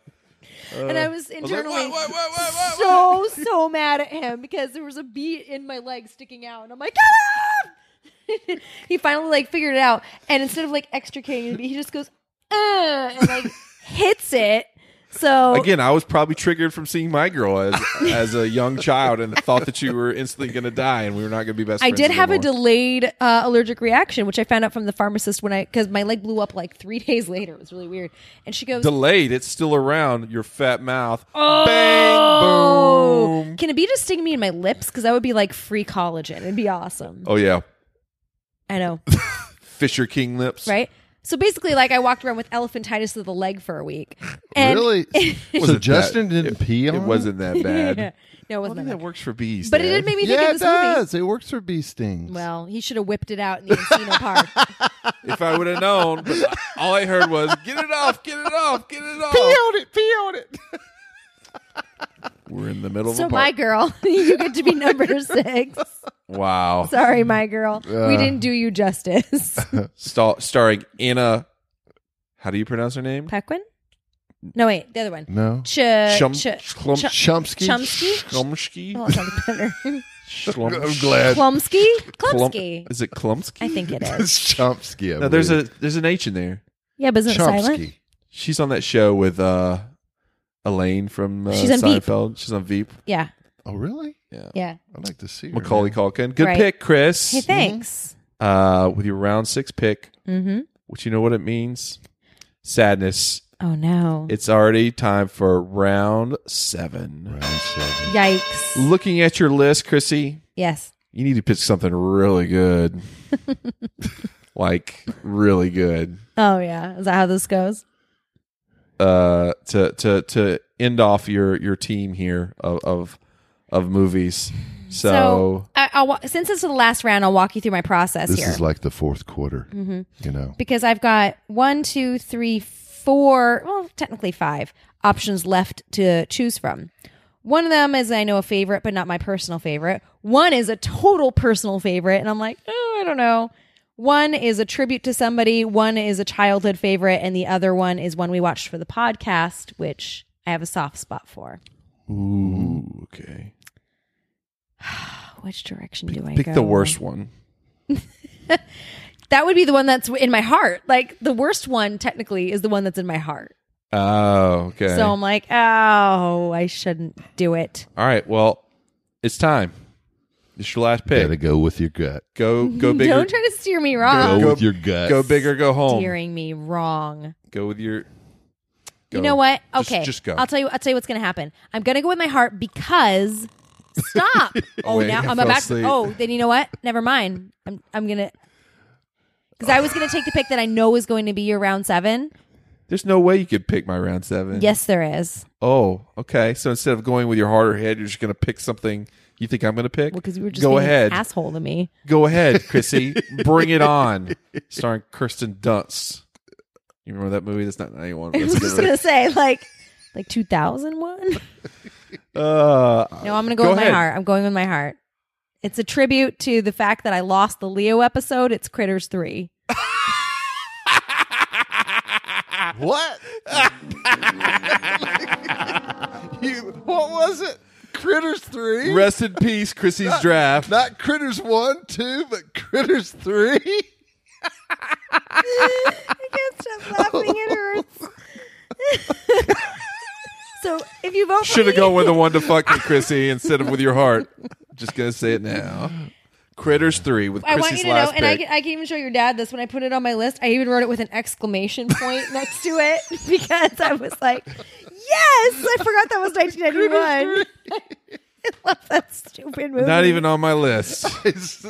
S1: and I was
S3: I was like,
S1: internally.
S3: "What, what, what, what, what, what?"
S1: so so mad at him because there was a beat in my leg sticking out, and I'm like, "Ah!" he finally like figured it out, and instead of like extricating the beat, he just goes, uh, and like hits it. So
S3: Again, I was probably triggered from seeing my girl as as a young child and thought that you were instantly going to die and we were not going to be best
S1: I
S3: friends.
S1: did have a
S3: anymore.
S1: delayed uh, allergic reaction, which I found out from the pharmacist when I because my leg blew up like three days later. It was really weird, and she goes,
S3: delayed. It's still around your fat mouth.
S1: "Oh,
S3: Bang boom.
S1: can a bee just sting me in my lips? Because that would be like free collagen. It'd be awesome.
S3: Oh yeah,
S1: I know."
S3: Fisher King lips.
S1: right? So basically, like I walked around with elephantitis of the leg for a week. And
S2: really?
S3: Wasn't
S2: so
S3: that-
S2: Justin didn't pee on
S3: It wasn't that bad.
S1: Yeah. No, it
S3: I
S1: wasn't.
S3: think that
S1: That
S3: works for bees.
S1: but it
S3: Dad.
S1: did make me think of
S2: Yeah, it
S1: this movie.
S2: does. It works for bee stings.
S1: Well, he should have whipped it out in the Encino Park.
S3: If I would have known, but all I heard was "Get it off! Get it off! Get it off!"
S2: it, pee on it.
S3: We're in the middle
S1: So
S3: of a park.
S1: my girl, you get to be number six.
S3: wow,
S1: Sorry, my girl, we didn't do you justice.
S3: Sta- starring Anna. How do you pronounce her name?
S1: Pequin? No, wait, the other one.
S2: No.
S1: Ch-
S3: Chum-
S1: ch-
S3: Chlum-
S1: ch-
S2: Chomsky.
S1: Chumsky. Oh,
S3: Klumsky.
S1: that sounds better.
S2: I'm
S3: Klum-
S2: glad.
S1: Klumsky.
S3: Klum-
S1: Klumsky.
S3: Is it Klumsky?
S1: I think it is.
S2: It's Chomsky. I
S3: No, there's a
S2: believe.
S3: there's an H in there.
S1: Yeah, but isn't it silent?
S2: Chomsky.
S3: She's on that show with uh, Elaine from uh,
S1: She's on Veep.
S3: Seinfeld. She's on Veep.
S1: Yeah,
S2: Oh, really?
S1: yeah.
S2: I'd like to see her.
S3: Macaulay Culkin. Good
S1: Right.
S3: pick, Chris.
S2: Mm-hmm.
S1: Hey, thanks.
S3: uh, with your round six pick,
S1: Mm-hmm.
S3: which you know what it means? Sadness.
S1: Oh no.
S3: It's already time for round seven.
S2: Round seven.
S1: Yikes.
S3: Looking at your list, Chrissy,
S1: Yes.
S3: you need to pick something really good. like really good.
S1: Oh yeah. Is that how this goes?
S3: Uh to to to end off your your team here of of, of movies. So,
S1: I, I'll, wa- since this is the last round, I'll walk you through my process
S2: This
S1: here
S2: is like the fourth quarter. You know.
S1: because I've got one, two, three, four. Well, technically five options left to choose from. One of them is I know a favorite, but not my personal favorite. One is a total personal favorite, and I'm like, oh, I don't know. One is a tribute to somebody. One is a childhood favorite, and the other one is one we watched for the podcast, which I have a soft spot for.
S3: ooh, okay.
S1: Which direction do I
S3: Pick
S1: go?
S3: the worst one.
S1: That would be the one that's in my heart. Like the worst one, technically, is the one that's in my heart.
S3: Oh, okay.
S1: So I'm like, oh, I shouldn't do it.
S3: All right. Well, it's time. It's your last pick.
S2: Gotta go with your gut.
S3: Go go bigger.
S1: Don't try to steer me
S2: Go
S1: wrong.
S2: with your gut.
S3: Go bigger. Go home.
S1: Steering me wrong.
S3: Go with your.
S1: You know what?
S3: Just-
S1: Okay,
S3: just go.
S1: I'll tell you. I'll tell you what's going to happen. I'm going to go with my heart because. Stop! oh,
S3: Wait,
S1: now
S3: I
S1: I'm
S3: fell
S1: about.
S3: asleep.
S1: To, oh, then you know what? Never mind. I'm. I'm gonna. Because I was going to take the pick that I know is going to be your round seven.
S3: There's no way you could pick my round seven.
S1: Yes, there is.
S3: Oh, okay. So instead of going with your harder head, you're just going to pick something you think I'm going to pick.
S1: Well, because you were just
S3: go
S1: being
S3: ahead.
S1: an asshole to me.
S3: Go ahead, Chrissy. Bring it on. Starring Kirsten Dunst. You remember that movie? That's not 91.
S1: I was
S3: That's
S1: just gonna say like like 2001.
S3: uh,
S1: No, I'm gonna go,
S3: Go
S1: with
S3: ahead.
S1: my heart. I'm going with my heart. It's a tribute to the fact that I lost the Leo episode. It's Critters Three.
S2: What? you, what was it? Critters 3?
S3: Uh, Rest in peace, Chrissy's draft.
S2: Not Critters 1, 2, but Critters 3?
S1: I can't stop laughing. It hurts. so if you vote, for
S3: Should have
S1: me-
S3: gone with the one to fuck me, Chrissy, instead of with your heart. Just gonna say it now. Critters three with
S1: I
S3: Chrissy's
S1: want you to know,
S3: last
S1: and I
S3: pick.
S1: can, I can even show your dad this. When I put it on my list, I even wrote it with an exclamation point next to it because I was like, "Yes, I forgot that was 1991." I love that stupid movie.
S3: Not even on my list.
S2: It's-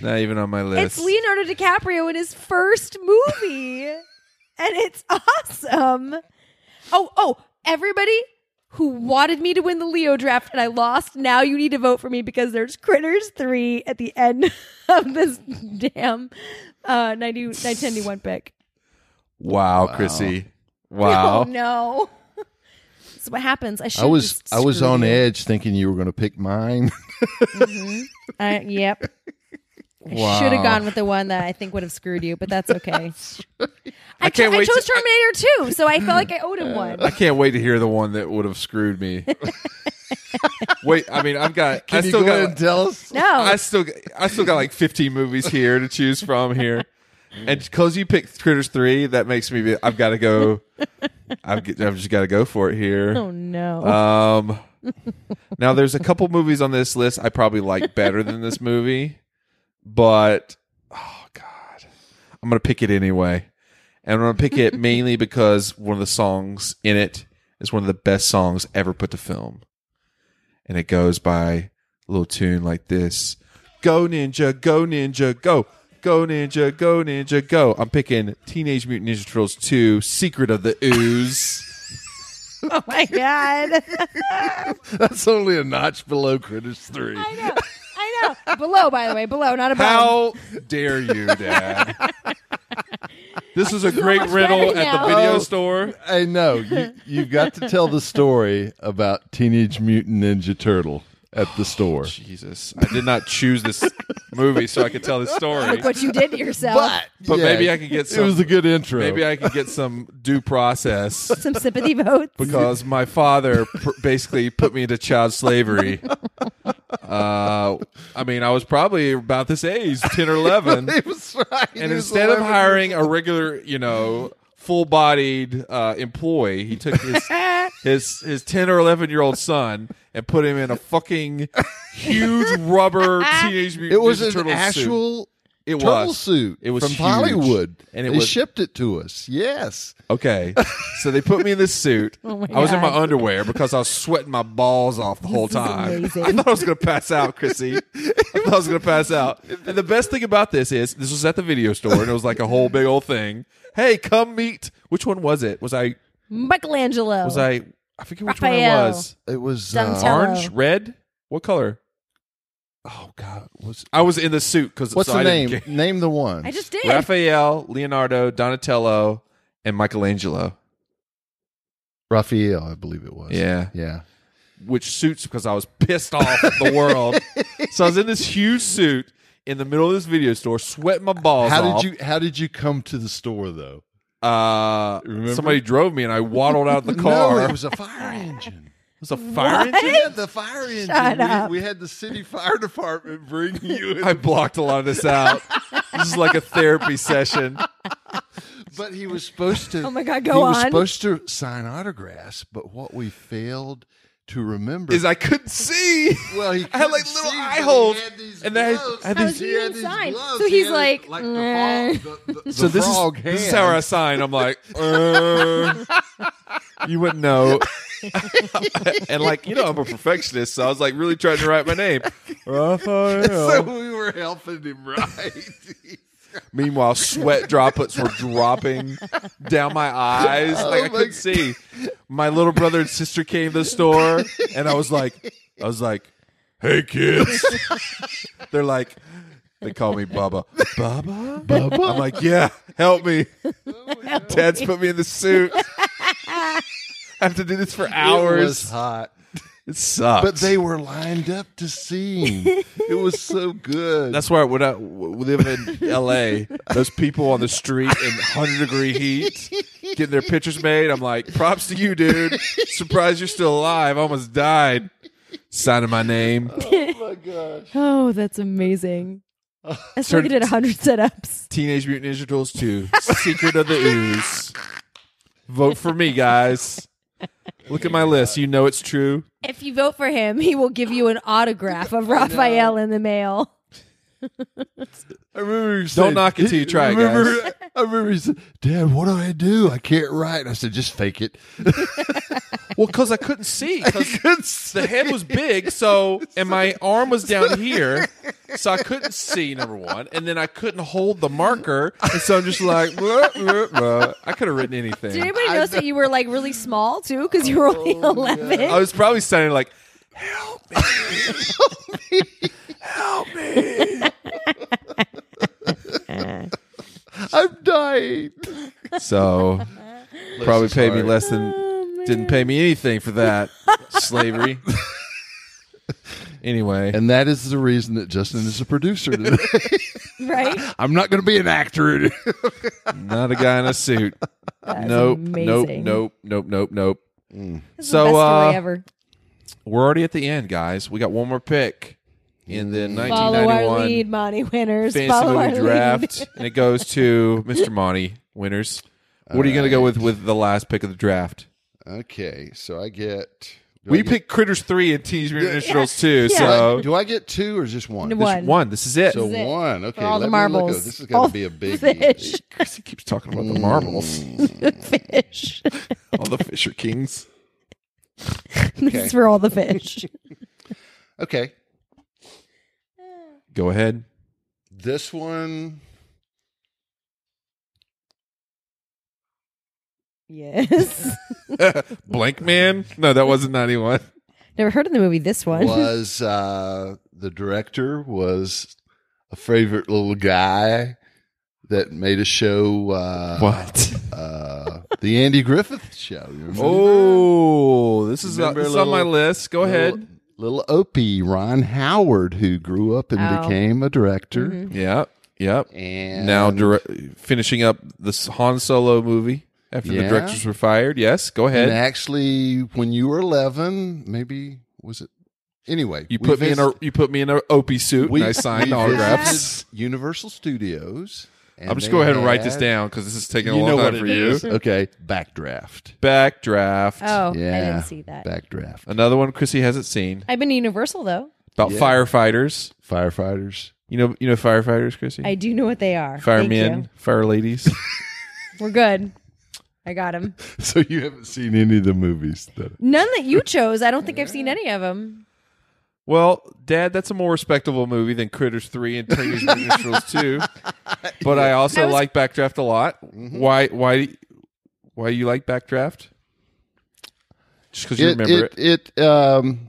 S3: Not even on my list.
S1: It's Leonardo DiCaprio in his first movie, and it's awesome. Oh, oh, everybody who wanted me to win the Leo draft and I lost, now you need to vote for me because there's Critters 3 at the end of this damn uh, 90, 1991 pick.
S3: Wow, Chrissy.
S1: Oh,
S3: Wow.
S1: no. That's what happens. I,
S2: I
S1: should've
S2: was
S1: just
S2: I was
S1: screwed
S2: on
S1: you.
S2: edge thinking you were going to pick mine.
S1: I, yep. I should have gone with the one that I think would have screwed you, but that's okay. I, cho-
S3: can't
S1: I
S3: wait
S1: chose
S3: to-
S1: Terminator 2, so I felt like I owed him one.
S3: I can't wait to hear the one that would have screwed me. wait, I mean, I've got. I
S2: Can you
S3: still
S2: go ahead
S3: got.
S2: and tell us?
S1: No.
S3: I still, got- I still got like 15 movies here to choose from here, and because you picked Critters three, that makes me. Be, I've got to go. I've, g- I've just got to go for it here.
S1: oh, no.
S3: Um, now there's a couple movies on this list I probably like better than this movie, but oh god, I'm gonna pick it anyway, and I'm gonna pick it mainly because one of the songs in it is one of the best songs ever put to film, and it goes by a little tune like this: "Go Ninja, Go Ninja, Go." Go Ninja, go Ninja, go. I'm picking Teenage Mutant Ninja Turtles 2, Secret of the Ooze.
S1: oh, my God.
S2: That's only a notch below Critters Three.
S1: I know. I know. Below, by the way. Below, not above.
S3: How dare you, Dad? this is a great riddle
S1: better
S3: at
S1: now.
S3: the video
S2: Oh.
S3: store.
S2: I know you, you've got to tell the story about Teenage Mutant Ninja Turtle at the store.
S3: Jesus, I did not choose this movie so I could tell this story.
S1: Look what you did to yourself.
S3: But maybe I could get some-
S2: It was a good intro.
S3: Maybe I could get some due process
S1: Some sympathy votes.
S3: because my father pr- basically put me into child slavery. Uh, I mean, I was probably about this age, ten or eleven.
S2: It was right. It
S3: and
S2: was
S3: instead of
S2: 11.
S3: hiring a regular, you know, full-bodied uh, employee, he took his his his ten or eleven year old son and put him in a fucking huge rubber teenage mutant
S2: it was
S3: Ninja
S2: an
S3: Turtle suit.
S2: actual
S3: It
S2: turtle
S3: was.
S2: suit.
S3: It was
S2: from
S3: huge.
S2: Hollywood,
S3: And it
S2: they
S3: was-
S2: shipped it to us. Yes,
S3: Okay, so they put me in this suit.
S1: Oh my
S3: I was in my
S1: God.
S3: underwear because I was sweating my balls off the whole
S1: This is
S3: time.
S1: amazing.
S3: I thought I was going to pass out, Chrissy. I thought I was going to pass out. And the best thing about this is this was at the video store, and it was like a whole big old thing. Hey, come meet. Which one was it? Was I?
S1: Michelangelo.
S3: Was I? I forget which one
S1: Oh. Raphael.
S3: it was.
S2: it was.
S1: Don't
S2: uh,
S1: tell Hello.
S3: Orange, red. What color? Oh God, was I was in the suit because
S2: what's
S3: so
S2: the
S3: I didn't
S2: name?
S3: care.
S2: Name the one.
S1: I just did.
S3: Raphael, Leonardo, Donatello, and Michelangelo.
S2: Raphael, I believe it was.
S3: Yeah.
S2: yeah.
S3: which suits because I was pissed off at the world. so I was in this huge suit in the middle of this video store, sweating my balls
S2: How
S3: off.
S2: did you How did you come to the store though?
S3: Uh, somebody drove me, and I waddled out of the car.
S2: No, it
S3: it,
S2: was a fire engine.
S3: was a fire engine.
S2: Yeah, the fire engine.
S1: Shut
S2: we,
S1: up.
S2: we had the city fire department bring you. In.
S3: I blocked a lot of this out. this is like a therapy session.
S2: But he was supposed to.
S1: Oh my God, go
S2: he was
S1: on.
S2: supposed to sign autographs, but what we failed to remember
S3: Is I couldn't see.
S2: Well, he
S3: I had like
S2: couldn't
S3: little
S2: see,
S3: eye
S2: but he
S3: holes,
S2: had these
S3: and then I
S2: gloves.
S3: I had
S1: How
S3: these
S1: is he
S2: had these
S1: inside?
S2: gloves.
S1: So
S2: He
S1: he's
S2: had,
S1: like,
S2: the frog, the- the-
S3: so
S2: the
S3: this
S2: frog
S3: is this is how I
S2: hand.
S3: sign. I'm like, uh, you wouldn't know, and like you know, I'm a perfectionist, so I was like really trying to write my name. Raphael.
S2: So we were helping him right.
S3: Meanwhile, sweat droplets were dropping down my eyes, like I
S2: Oh my
S3: couldn't see. My little brother and sister came to the store, and I was like, I was like, hey kids, they're like. They call me Bubba. Bubba? Bubba? I'm like, yeah, help me.
S2: Oh
S3: Dad's put me in the suit. I have to do this for
S2: It was
S3: hours.
S2: hot,
S3: It sucks.
S2: but they were lined up to see him. It was so good.
S3: That's why when I w- we live in L.A., those people on the street in 100 degree heat getting their pictures made. I'm like, props to you, dude. Surprised you're still alive. I almost died. Signing my name.
S1: oh, that's amazing. That's like I did 100 setups.
S3: Teenage Mutant Ninja Turtles 2, Secret of the Ooze. Vote for me, guys. Look at my list. You know it's true.
S1: If you vote for him, he will give you an autograph of Raphael in the mail.
S2: I remember you
S3: Don't knock it till you try it,
S2: remember, I remember he said, Dad, what do I do? I can't write. I said, just fake it.
S3: Well, because I couldn't see. 'cause the head was big, so and my arm was down here, so I couldn't see number one, and then I couldn't hold the marker, and so I'm just like, blah, blah, blah. I could have written anything.
S1: Did anybody notice that you were like really small too? Because you were only
S3: Oh,
S1: eleven.
S3: I was probably sounding like,
S2: I'm dying.
S3: so probably paid me less than
S1: Oh,
S3: didn't pay me anything for that slavery. Anyway,
S2: And that is the reason that Justin is a producer today.
S1: right.
S2: I'm not going to be an actor.
S3: not a guy in a suit.
S1: That's
S3: Nope, nope,
S1: amazing.
S3: nope, nope, nope, nope.
S1: This is the
S3: So,
S1: best
S3: uh,
S1: story ever.
S3: We're already at the end, guys. We got one more pick, and then
S1: Follow our
S3: 1991
S1: lead, Monty Winners.
S3: fantasy
S1: Follow our
S3: movie draft,
S1: lead.
S3: and it goes to Mr. Monty Winners. What are you going to go with with the last pick of the draft?
S2: okay, so I get. do I
S3: We
S2: get-
S3: picked Critters three and Teenage Mutant Ninja Turtles two,
S1: Yeah.
S3: so
S2: Do I get two or just one?
S1: No,
S3: this-
S1: One.
S3: one. This is it.
S2: So
S1: This is it.
S2: one. Okay,
S1: For all the
S2: let me look at-
S1: marbles.
S2: This is
S1: All
S2: going to be a
S1: the
S2: big
S1: fish.
S3: Chris he keeps talking about the marbles,
S1: Fish.
S3: all the Fisher Kings.
S1: This is for all the fish.
S2: Okay,
S3: Go ahead.
S2: this one.
S1: yes.
S3: Blank Man. No, that wasn't ninety one.
S1: Never heard of the movie. This one.
S2: was uh, the director was a favorite little guy that made a show uh,
S3: What?
S2: uh, the Andy Griffith show. You remember?
S3: Oh, this is,
S2: Remember
S3: this is
S2: little-
S3: on my list. Go ahead.
S2: Little, little Opie, Ron Howard, who grew up and
S1: Oh.
S2: became a director.
S3: Yep. Yep.
S2: And
S3: now dire- finishing up this Han Solo movie after the
S2: Yeah.
S3: directors were fired. Yes, go
S2: and
S3: ahead.
S2: actually, when you were 11, maybe was it? Anyway,
S3: You
S2: we
S3: put me in a
S2: visit-
S3: you put me in a Opie suit
S2: we-
S3: and I signed
S2: we
S3: autographs.
S2: visited Universal Studios. and
S3: I'm just
S2: they
S3: going ahead and write this
S2: had-
S3: down because this is taking a
S2: You know
S3: long
S2: what
S3: time
S2: it
S3: for you.
S2: is. Okay, backdraft.
S3: Backdraft.
S1: oh,
S2: yeah,
S1: I didn't see that.
S2: Backdraft.
S3: Another one Chrissy hasn't seen
S1: I've been to Universal though.
S3: about
S2: Yeah.
S3: firefighters.
S2: Firefighters.
S3: You know, you know firefighters, Chrissy.
S1: I do know what they are.
S3: Firemen,
S1: Thank
S3: fire ladies.
S1: you. We're good. I got them.
S2: So you haven't seen any of the movies that
S1: None that you chose. I don't think I've seen any of them.
S3: well, Dad, that's a more respectable movie than Critters Three and Teenage Mutant Ninja Turtles Two. But I also
S1: I was-
S3: like Backdraft a lot.
S2: Mm-hmm.
S3: Why? Why? Why you like Backdraft? Just because you remember it.
S2: it it um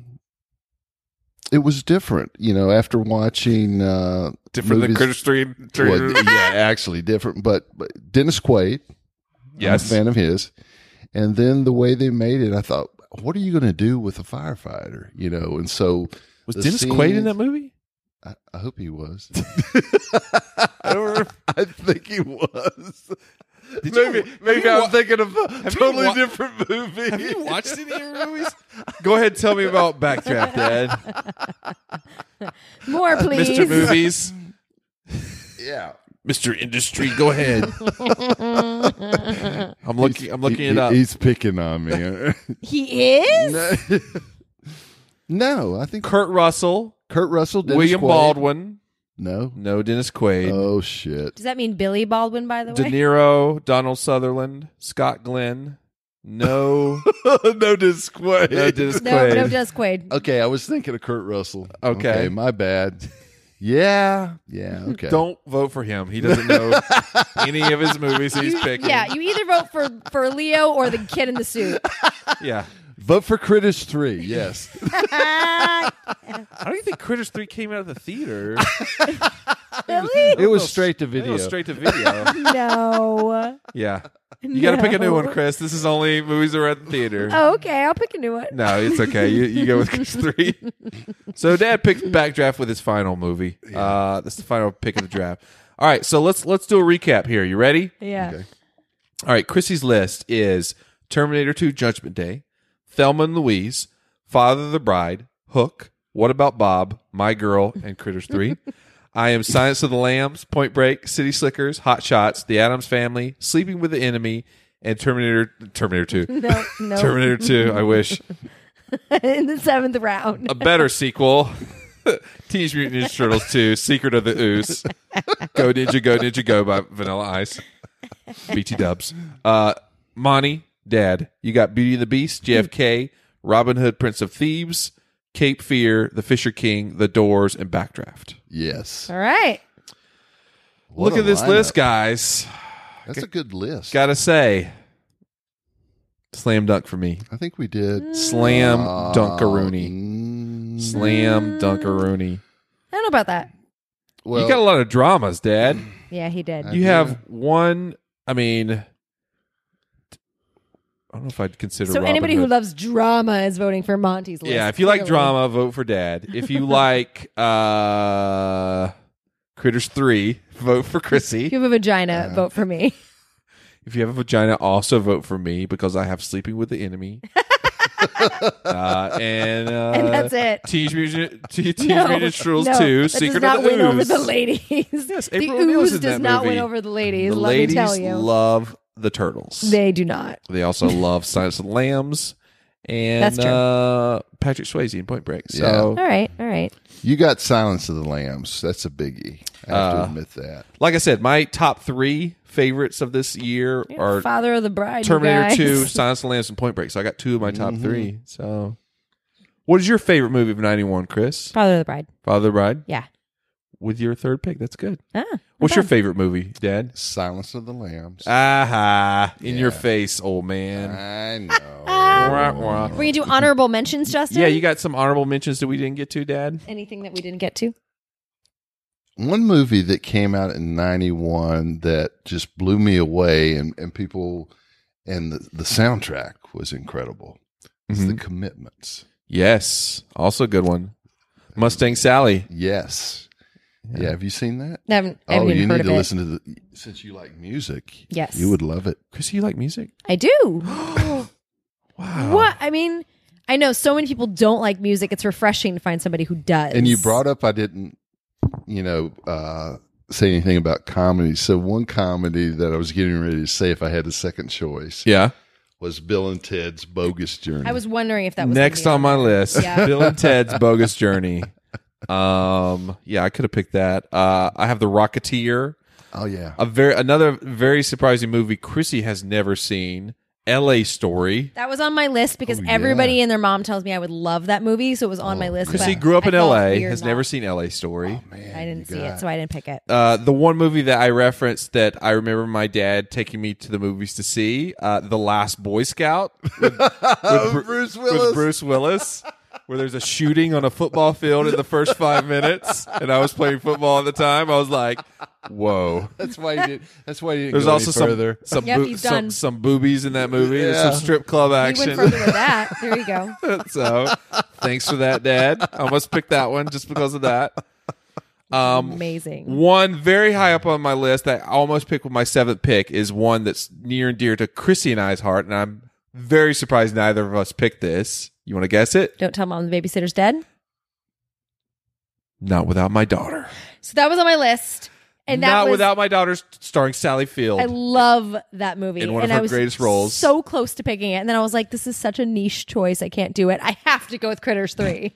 S2: it was different, you know, after watching uh
S3: Different than
S2: movies-
S3: Critters Three. And
S2: well,
S3: Teenage Mutant-
S2: yeah, actually different, but, but Dennis Quaid,
S3: yes.
S2: I'm a fan of his. And then the way they made it, I thought, what are you going to do with a firefighter, you know? And so
S3: Was
S2: the
S3: Dennis Quaid in
S2: scenes-
S3: that movie?
S2: I, I hope he was.
S3: I don't remember.
S2: I think he was.
S3: Did you-
S2: maybe
S3: have
S2: maybe
S3: you
S2: I'm
S3: wa-
S2: thinking of a
S3: you
S2: totally
S3: wa-
S2: different movie.
S3: Have you watched any of your movies? Go ahead, tell me about Backdraft, Dad.
S1: More, please.
S3: Mr. Movies,
S2: Yeah.
S3: Mr. Industry. Go ahead. I'm looking. I'm looking
S2: He-
S3: it up.
S2: He's picking on me.
S1: He is.
S2: no, No, I think Kurt,
S3: Kurt Russell,
S2: Russell, Dennis
S3: William
S2: Quaid.
S3: Baldwin.
S2: No.
S3: No, Dennis Quaid.
S2: Oh shit.
S1: Does that mean Billy Baldwin? By the
S3: De
S1: way,
S3: Niro, Donald Sutherland, Scott Glenn. No,
S2: no Dennis Quaid.
S3: no Dennis
S1: no,
S3: Quaid.
S1: no, just Quaid.
S2: okay, I was thinking of Kurt Russell.
S3: Okay.
S2: my bad. Yeah, yeah. Okay.
S3: Don't vote for him. He doesn't know any of his movies he's picking.
S1: Yeah, you either vote for for Leo or the kid in the suit.
S3: yeah.
S2: vote for Critters Three. Yes.
S3: I don't even think Critters Three came out of the theater.
S1: Really?
S2: it was straight to
S3: I think it
S2: video.
S3: was straight to video.
S1: No.
S3: yeah. You got to pick a new one, Chris. This is only movies that are at the theater.
S1: Oh, okay, I'll pick a new one.
S3: No, it's okay. You, you go with Critters Three. so Dad picked Backdraft with his final movie. Uh, that's the final pick of the draft. All right, so let's let's do a recap here. You ready?
S1: Yeah.
S3: All right, Chrissy's list is Terminator 2 Judgment Day, Thelma and Louise, Father of the Bride, Hook, What About Bob, My Girl, and Critters 3. I am Science of the Lambs, Point Break, City Slickers, Hot Shots, The Adams Family, Sleeping with the Enemy, and Terminator Terminator 2.
S1: No, no.
S3: Terminator 2, I wish.
S1: in the seventh round.
S3: A better sequel. Teenage Mutant Ninja Turtles 2, Secret of the Ooze. Go Ninja, Go Ninja, Go by Vanilla Ice. BT dubs. Uh, Monty, Dad. You got Beauty and the Beast, JFK, Robin Hood, Prince of Thieves, Cape Fear, The Fisher King, The Doors, and Backdraft.
S2: Yes.
S1: All right.
S2: What
S3: Look
S2: a
S3: at this
S2: lineup.
S3: list, guys.
S2: That's a good list.
S3: Gotta say, slam dunk for me.
S2: I think we did.
S3: Mm. Slam dunkaroony.
S2: Mm,
S3: Slam dunkaroony.
S1: I don't know about that.
S2: well,
S3: you got a lot of dramas, Dad.
S1: Yeah, he did.
S2: I-
S3: You
S2: do.
S3: have one. I mean, I don't know if I'd consider.
S1: So
S3: Robin
S1: anybody who
S3: Hood.
S1: loves drama is voting for Monty's list.
S3: yeah, if you like
S1: clearly.
S3: drama, vote for Dad. If you like uh Critters Three, vote for
S1: if
S3: Chrissy.
S1: you have a vagina,
S3: Uh,
S1: vote for me.
S3: If you have a vagina, also vote for me because I have Sleeping with the Enemy. uh, and uh,
S1: And that's it.
S3: Teenage Mutant Te- Teenage
S1: No,
S3: Mutant Ninja Turtles
S1: no,
S3: Two:
S1: that
S3: Secret
S1: does not
S3: of the
S1: win
S3: Ooze.
S1: over the ladies.
S3: Yes,
S1: the
S3: April O'Neil was
S1: ooze
S3: in
S1: does
S3: that
S1: not
S3: movie.
S1: win over the ladies.
S3: the
S1: let
S3: ladies
S1: me tell you,
S3: love the turtles.
S1: they do not.
S3: They also love Silence of the Lambs and
S1: That's true.
S3: Uh, Patrick Swayze in Point Break. So,
S1: All right, all right.
S2: you got Silence of the Lambs. That's a biggie. I have
S3: Uh,
S2: to admit that.
S3: like I said, my top three favorites of this year are
S1: Father of the Bride, you
S3: Terminator
S1: guys.
S3: 2, Silence of the Lambs, and Point Break. So I got two of my top three. So, what is your favorite movie of 91, Chris?
S1: Father of the Bride.
S3: Father Bride?
S1: Yeah.
S3: With your third pick. That's good.
S1: Ah, not
S3: What's your
S1: bad.
S3: favorite movie, Dad?
S2: Silence of the Lambs.
S3: Aha. In your
S2: Yeah.
S3: face, old
S1: Uh,
S3: man.
S2: I know.
S3: Wah, wah.
S1: We're gonna do honorable mentions, Justin.
S3: Yeah, you got some honorable mentions that we didn't get to, Dad?
S1: anything that we didn't get to?
S2: One movie that came out in 91 that just blew me away, and, and people, and the, the soundtrack was incredible. It's
S1: Mm-hmm.
S2: The Commitments.
S3: Mm-hmm. Yes. Also a good one. Mustang Sally.
S2: Yes. Yeah. have you seen that?
S1: I haven't, I
S2: oh,
S1: haven't even
S2: you
S1: heard
S2: need
S1: of
S2: to
S1: it.
S2: listen to the. Since you like music,
S1: Yes.
S2: you would love it.
S3: Chris, you like music?
S1: I do.
S3: Wow.
S1: What I mean, I know so many people don't like music. It's refreshing to find somebody who does.
S2: And you brought up I didn't, you know, uh, say anything about comedy. So one comedy that I was getting ready to say if I had a second choice
S3: Yeah.
S2: was Bill and Ted's Bogus Journey.
S1: I was wondering if that was
S3: Next
S1: gonna
S3: on my list,
S1: Yeah.
S3: Bill and Ted's Bogus Journey. Um, yeah, I could have picked that. Uh, I have The Rocketeer,
S2: oh yeah,
S3: a very another very surprising movie Chrissy has never seen, L.A. Story.
S1: be- that was on my list because
S2: Oh,
S1: everybody
S2: yeah.
S1: and their mom tells me I would love that movie, so it was on my list.
S3: Chrissy
S1: but
S3: Oh, grew up
S1: I
S3: in
S1: felt
S3: L.A.
S1: weird
S3: has
S1: not-
S3: never seen L.A. Story.
S2: man,
S1: I didn't
S2: you
S1: see
S2: got-
S1: it, so I didn't pick it.
S3: Uh, the one movie that I referenced that I remember my dad taking me to the movies to see, uh, The Last Boy Scout with, with Bru-
S2: Bruce
S3: with
S2: Willis.
S3: Bruce Willis, where there's a shooting on a football field in the first five minutes, and I was playing football at the time. I was like, "Whoa!"
S2: That's why you did. That's why you didn't.
S3: There's
S2: go
S3: also
S2: any
S3: some
S2: further.
S3: some,
S1: Yep,
S3: boo-
S1: he's
S3: some
S1: done.
S3: some boobies in that movie. There's
S2: Yeah.
S3: some strip club
S1: You went
S3: action.
S1: further with that. There you go.
S3: so, thanks for that, Dad. I almost picked that one just because of that. Um,
S1: Amazing.
S3: one very high up on my list that I almost picked with my seventh pick is one that's near and dear to Chrissy and I's heart, and I'm very surprised neither of us picked this. You want to guess it?
S1: Don't tell mom the babysitter's dead.
S3: Not without my daughter.
S1: So that was on my list, and that
S3: Not
S1: was,
S3: without my daughter, starring Sally Field.
S1: I love that movie.
S3: In one of
S1: and
S3: her
S1: I was
S3: greatest roles.
S1: So close to picking it. And then I was like, this is such a niche choice. I can't do it. I have to go with Critters 3.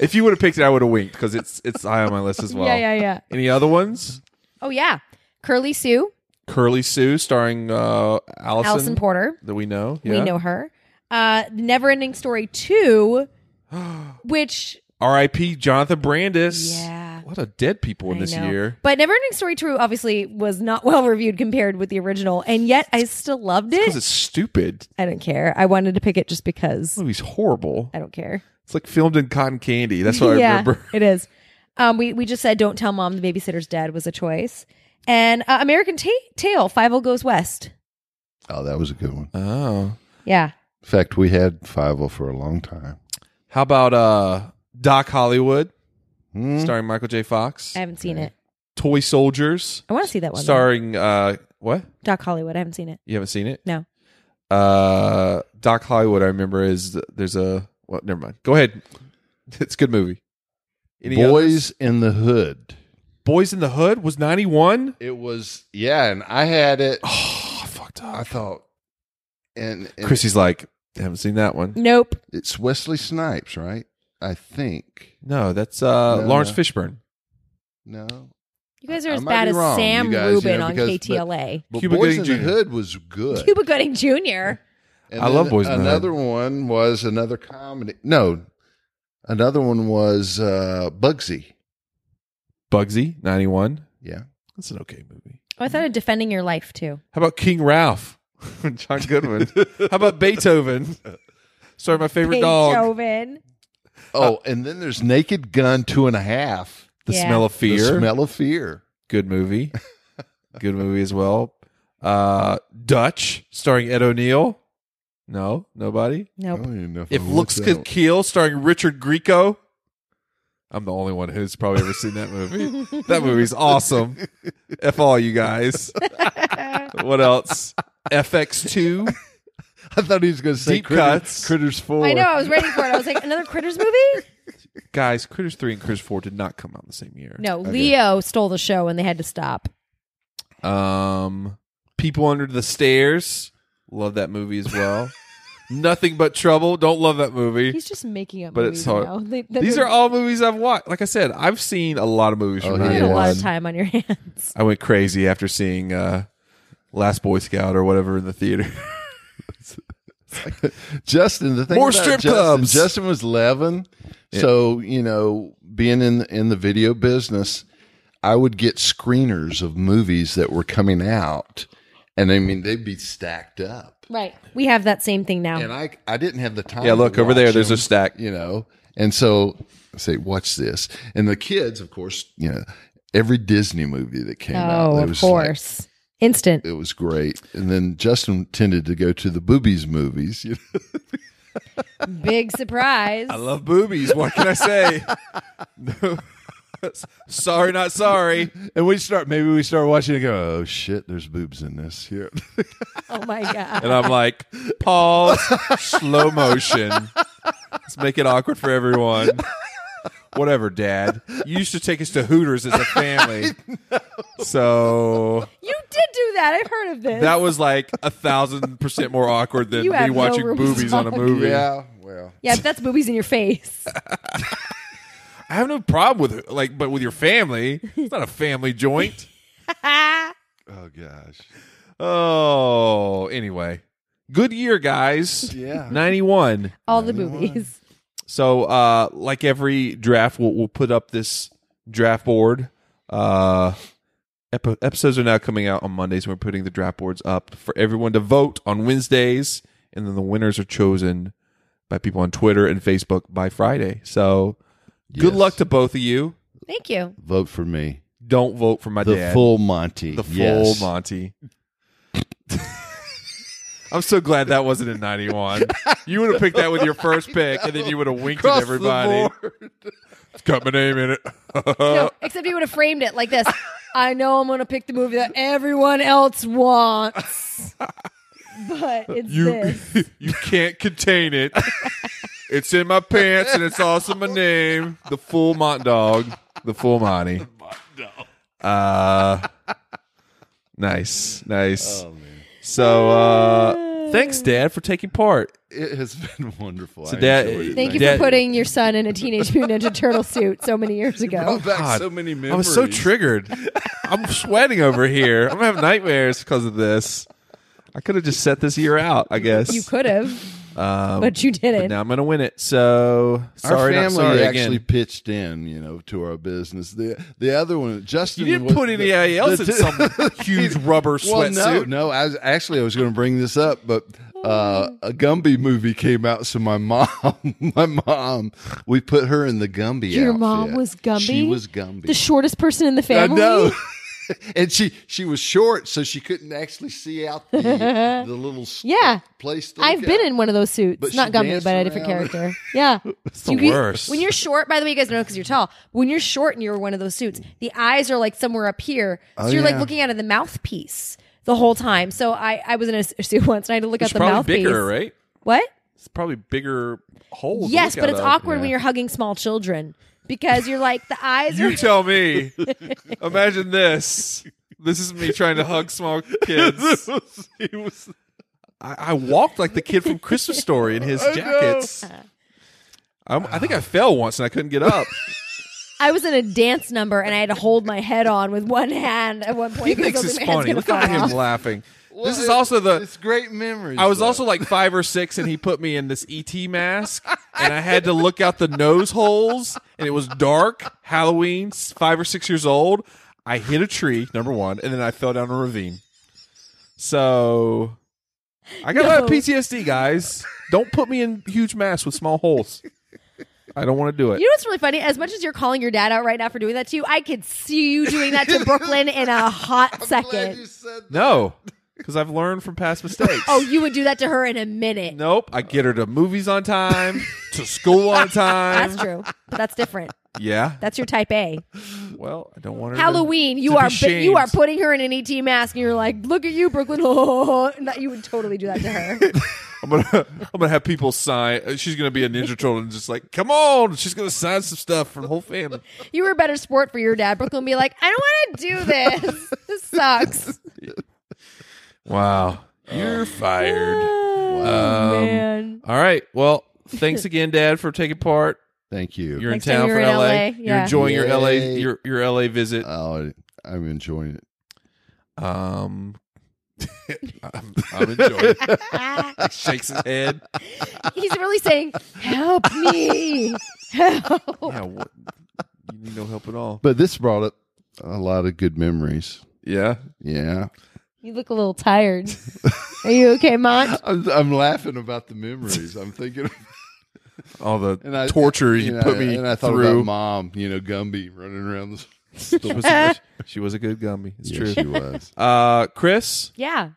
S3: if you would have picked it, I would have winked because it's it's high on my list as well.
S1: Yeah, yeah, yeah.
S3: Any other ones?
S1: Oh, yeah. Curly Sue,
S3: Curly Sue, starring uh, Allison,
S1: Allison Porter.
S3: that we know.
S1: We
S3: Yeah.
S1: know her. Uh, Never Ending Story 2, which,
S3: R.I.P. Jonathan Brandis.
S1: Yeah.
S3: What a dead people in
S1: I
S3: this
S1: know.
S3: year.
S1: But Never Ending Story 2 obviously was not well reviewed compared with the original. And yet I still loved
S3: Because
S1: it.
S3: it's stupid.
S1: I don't care. I wanted to pick it just because.
S3: This movie's horrible.
S1: I don't care.
S3: It's like filmed in cotton candy. That's what I remember.
S1: it is. Um, we we just said don't tell mom the babysitter's dead was a choice, and uh, American Ta Tale Five O Goes West.
S2: Oh, that was a good one.
S3: Oh.
S1: Yeah,
S2: In fact, we had Five O for a long time.
S3: How about uh Doc Hollywood
S2: Hmm.
S3: starring Michael J. Fox?
S1: Mm-hmm. I haven't seen it.
S3: Toy Soldiers
S1: I want to see that one. though.
S3: starring uh what?
S1: Doc Hollywood. I haven't seen it.
S3: You haven't seen it?
S1: No.
S3: Uh Doc Hollywood I remember is there's a well never mind. Go ahead. It's a good movie. Any others?
S2: Boys in the Hood.
S3: Boys in the Hood was 91?
S2: It was yeah, and I had it.
S3: Oh, I fucked up.
S2: I thought, and, and
S3: Chrissy's like, I haven't seen that one.
S1: Nope.
S2: it's Wesley Snipes, right? I think
S3: No, that's uh
S2: No,
S3: Lawrence
S2: no.
S3: Fishburne.
S2: no.
S1: You You guys are
S2: I
S1: as
S2: might
S1: bad
S2: be
S1: as
S2: wrong,
S1: Sam
S2: you guys, you
S1: Rubin
S2: know,
S1: on
S2: because- but-
S1: KTLA.
S2: But
S3: Cuba
S2: Boys
S3: Gooding
S2: in
S3: Jr..
S2: the Hood was good.
S1: Cuba Gooding Jr.
S2: And
S3: I
S2: then
S3: love Boys in the Hood.
S2: Another one was another comedy. No, another one was uh, Bugsy.
S3: Bugsy, 91.
S2: Yeah,
S3: That's an okay movie.
S1: Oh, I thought of defending your life too.
S3: How about King Ralph? John Goodman. How about Beethoven? Sorry, my favorite dog.
S1: Beethoven.
S3: Uh,
S2: Oh, and then there's Naked Gun Two and a Half.
S3: The
S1: Yeah.
S3: Smell of Fear.
S2: The Smell of Fear.
S3: Good movie. Good movie as well. Uh, Dutch, starring Ed O'Neill. No, nobody.
S2: I
S1: Nope.
S2: don't even know if
S3: If
S2: I want
S3: Looks
S2: that
S3: Could
S2: one.
S3: Kill, starring Richard Grieco. I'm the only one who's probably ever seen that movie. that movie's awesome. F all you guys. what else? FX2.
S2: I thought he was going to say
S3: Deep
S2: Critter-
S3: Cuts.
S2: Critters Four.
S1: I know. I was ready for it. I was like, another Critters movie?
S3: Guys, Critters 3 and Critters 4 did not come out in the same year.
S1: No, Leo stole the show and they had to stop.
S3: Um, People Under the Stairs. Love that movie as well. Nothing but Trouble. Don't love that movie.
S1: He's just making up
S3: But
S1: movies
S3: it's hard.
S1: now. They- they-
S3: These
S1: they-
S3: are all movies I've watched. Like I said, I've seen a lot of movies
S2: Oh,
S3: from
S2: he
S1: You had
S2: is.
S1: a
S3: 91.
S1: lot of time on your hands.
S3: I went crazy after seeing uh, Last Boy Scout or whatever in the theater.
S2: Justin, the thing
S3: More
S2: about
S3: strip
S2: Justin,
S3: clubs.
S2: Justin was eleven, so you know, being in in the video business, I would get screeners of movies that were coming out, and I mean they'd be stacked up,
S1: Right. We have that same thing
S2: and
S1: now.
S2: I I didn't have the time.
S3: Yeah,
S2: to
S3: look, over there,
S2: watch
S3: there's a stack.
S2: You know, and so I say, watch this, and the kids, of course, you know, every Disney movie that came out,
S1: oh,
S2: it
S1: of
S2: was like-
S1: course. Instant.
S2: it was great, and then Justin tended to go to the boobies movies. You know?
S1: Big surprise.
S3: I love boobies. What can I say? No. sorry, not sorry.
S2: And we start, maybe we start watching and go, oh shit, there's boobs in this. Here.
S1: oh my god.
S3: And I'm like, pause, slow motion. Let's make it awkward for everyone. Whatever, Dad. You used to take us to Hooters as a family. So
S1: You did do that. I've heard of this.
S3: that was like a thousand percent more awkward than
S1: You have
S3: me
S1: no
S3: watching
S1: room to
S3: boobies on a
S1: talk.
S3: movie.
S2: well.
S1: yeah, but that's boobies in your face.
S3: I have no problem with it, like, but with your family, it's not a family joint.
S2: Oh gosh.
S3: Oh, anyway, good year, guys.
S2: Yeah.
S3: ninety-one.
S1: All the boobies.
S3: So, uh, like every draft, we'll, we'll put up this draft board. Uh, epi- episodes are now coming out on Mondays. We're putting the draft boards up for everyone to vote on Wednesdays, and then the winners are chosen by people on Twitter and Facebook by Friday. So, good
S2: Yes.
S3: luck to both of you.
S1: Thank you.
S2: Vote for me.
S3: Don't vote for my
S2: The
S3: dad.
S2: full Monty.
S3: The full
S2: Yes.
S3: Monty. I'm so glad that wasn't in 91. You would have picked that with your first pick, and then you would have winked
S2: Across
S3: at everybody.
S2: the board.
S3: It's got my name in it.
S1: No, except he would have framed it like this. I know I'm going to pick the movie that everyone else wants. But it's
S3: you,
S1: this.
S3: you can't contain it. It's in my pants, and it's also my name. The full Mont Dog. The full Monty. Uh, nice. Nice.
S2: Oh,
S3: So, uh, thanks, Dad, for taking part.
S2: It has been wonderful.
S3: So
S2: I
S3: that-
S2: enjoyed it.
S1: Thank you
S3: Dad-
S1: for putting your son in a Teenage Mutant Ninja Turtle suit so many years ago.
S2: Brought back
S3: God,
S2: so many memories.
S3: I was so triggered. I'm sweating over here. I'm gonna have nightmares because of this. I could have just set this year out, I guess.
S1: You could have, Uh, but you
S3: But
S1: didn't.
S3: now I'm gonna win it. So
S2: Our
S3: sorry, not
S2: family
S3: sorry
S2: actually
S3: again.
S2: pitched in, you know, to our business. The the other one, Justin.
S3: You didn't
S2: was-
S3: put anybody
S2: the-
S3: else
S2: the
S3: in
S2: two-
S3: some huge rubber
S2: Well,
S3: sweatsuit.
S2: no, no. I was, actually, I was going to bring this up, but uh, a Gumby movie came out, so my mom, my mom, we put her in the Gumby.
S1: Your
S2: outfit.
S1: mom was Gumby?
S2: She was Gumby.
S1: the shortest person in the
S2: I
S1: family.
S2: know. and she she was short, so she couldn't actually see out the, the little s-
S1: Yeah.
S2: place. to
S1: I've
S2: look
S1: been
S2: out.
S1: in one of those suits.
S2: But
S1: Not
S2: she
S1: Gumby,
S2: danced
S1: but a different
S2: around.
S1: character. Yeah.
S3: it's the
S1: You get-
S3: worst.
S1: When you're short, by the way, you guys don't know because you're tall. But when you're short and you're one of those suits, the eyes are like somewhere up here. So
S2: Oh,
S1: you're like
S2: yeah.
S1: looking out of the mouthpiece the whole time. So I, I was in a s- suit once and I had to look
S3: it's
S1: out the
S3: probably
S1: mouthpiece.
S3: bigger, right?
S1: What?
S3: It's probably bigger holes. to
S1: Yes,
S3: look
S1: but
S3: out
S1: it's
S3: of.
S1: awkward when you're hugging small children because you're like the eyes are
S3: You tell me. Imagine this. This is me trying to hug small kids. I, I walked like the kid from Christmas Story in his jackets. I'm, I think I fell once and I couldn't get up.
S1: I was in a dance number and I had to hold my head on with one hand at one point.
S3: He
S1: because
S3: thinks
S1: I was like, "My hand's
S3: it's funny.
S1: gonna
S3: Look at
S1: fall
S3: him
S1: off."
S3: laughing. This is
S2: it-
S3: also the
S2: It's great memories.
S3: I was
S2: though.
S3: also like five or six, and he put me in this ET mask, and I had to look out the nose holes, and it was dark. Halloween, s- five or six years old. I hit a tree, number one, and then I fell down a ravine. So I got a lot of
S1: No.
S3: PTSD, guys. Don't put me in huge masks with small holes. I don't want to do it.
S1: You know what's really funny? As much as you're calling your dad out right now for doing that to you, I could see you doing that to Brooklyn in a hot
S2: Glad you
S1: second.
S2: said that.
S3: no, because I've learned from past mistakes.
S1: Oh, you would do that to her in a minute.
S3: nope. I get her to movies on time, to school on time.
S1: That's true, but that's different.
S3: Yeah.
S1: That's your type A.
S3: Well, I don't want her. to-
S1: Halloween,
S3: to
S1: you
S3: be
S1: are but you
S3: shamed.
S1: are putting her in an ET mask, and you're like, "Look at you, Brooklyn!" Oh, you would totally do that to her.
S3: I'm gonna, I'm gonna have people sign. uh, She's gonna be a Ninja Turtle and just like, come on. She's gonna sign some stuff for the whole family.
S1: You were a better sport for your dad. Brooklyn would be like, "I don't want to do this. This sucks."
S3: Wow, you're fired. Um,
S1: Oh, man.
S3: All right. Well, thanks again, Dad, for taking part.
S2: Thank you.
S3: You're
S1: Next
S3: in
S1: time
S3: town
S1: you're
S3: for
S1: in
S3: LA.
S1: LA,
S3: You're
S1: yeah.
S3: enjoying your LA
S2: Yay.
S3: your your LA visit.
S2: Oh, I'm enjoying it.
S3: Um, I'm, I'm enjoying. it. Shakes his head.
S1: He's really saying, "Help me, help."
S3: Yeah, what, you need no help at all.
S2: But this brought up a lot of good memories.
S3: Yeah,
S2: Yeah,
S1: You look a little tired. Are you okay, Mont?
S2: I'm, I'm laughing about the memories. I'm thinking,
S3: all the
S2: and I
S3: torture you
S2: and
S3: put
S2: I-
S3: me
S2: and I thought
S3: through.
S2: about mom. You know, Gumby running around the.
S3: she, was a, she was a good gummy. It's true.
S2: Yes, she was.
S3: Uh, Chris,
S1: Yeah,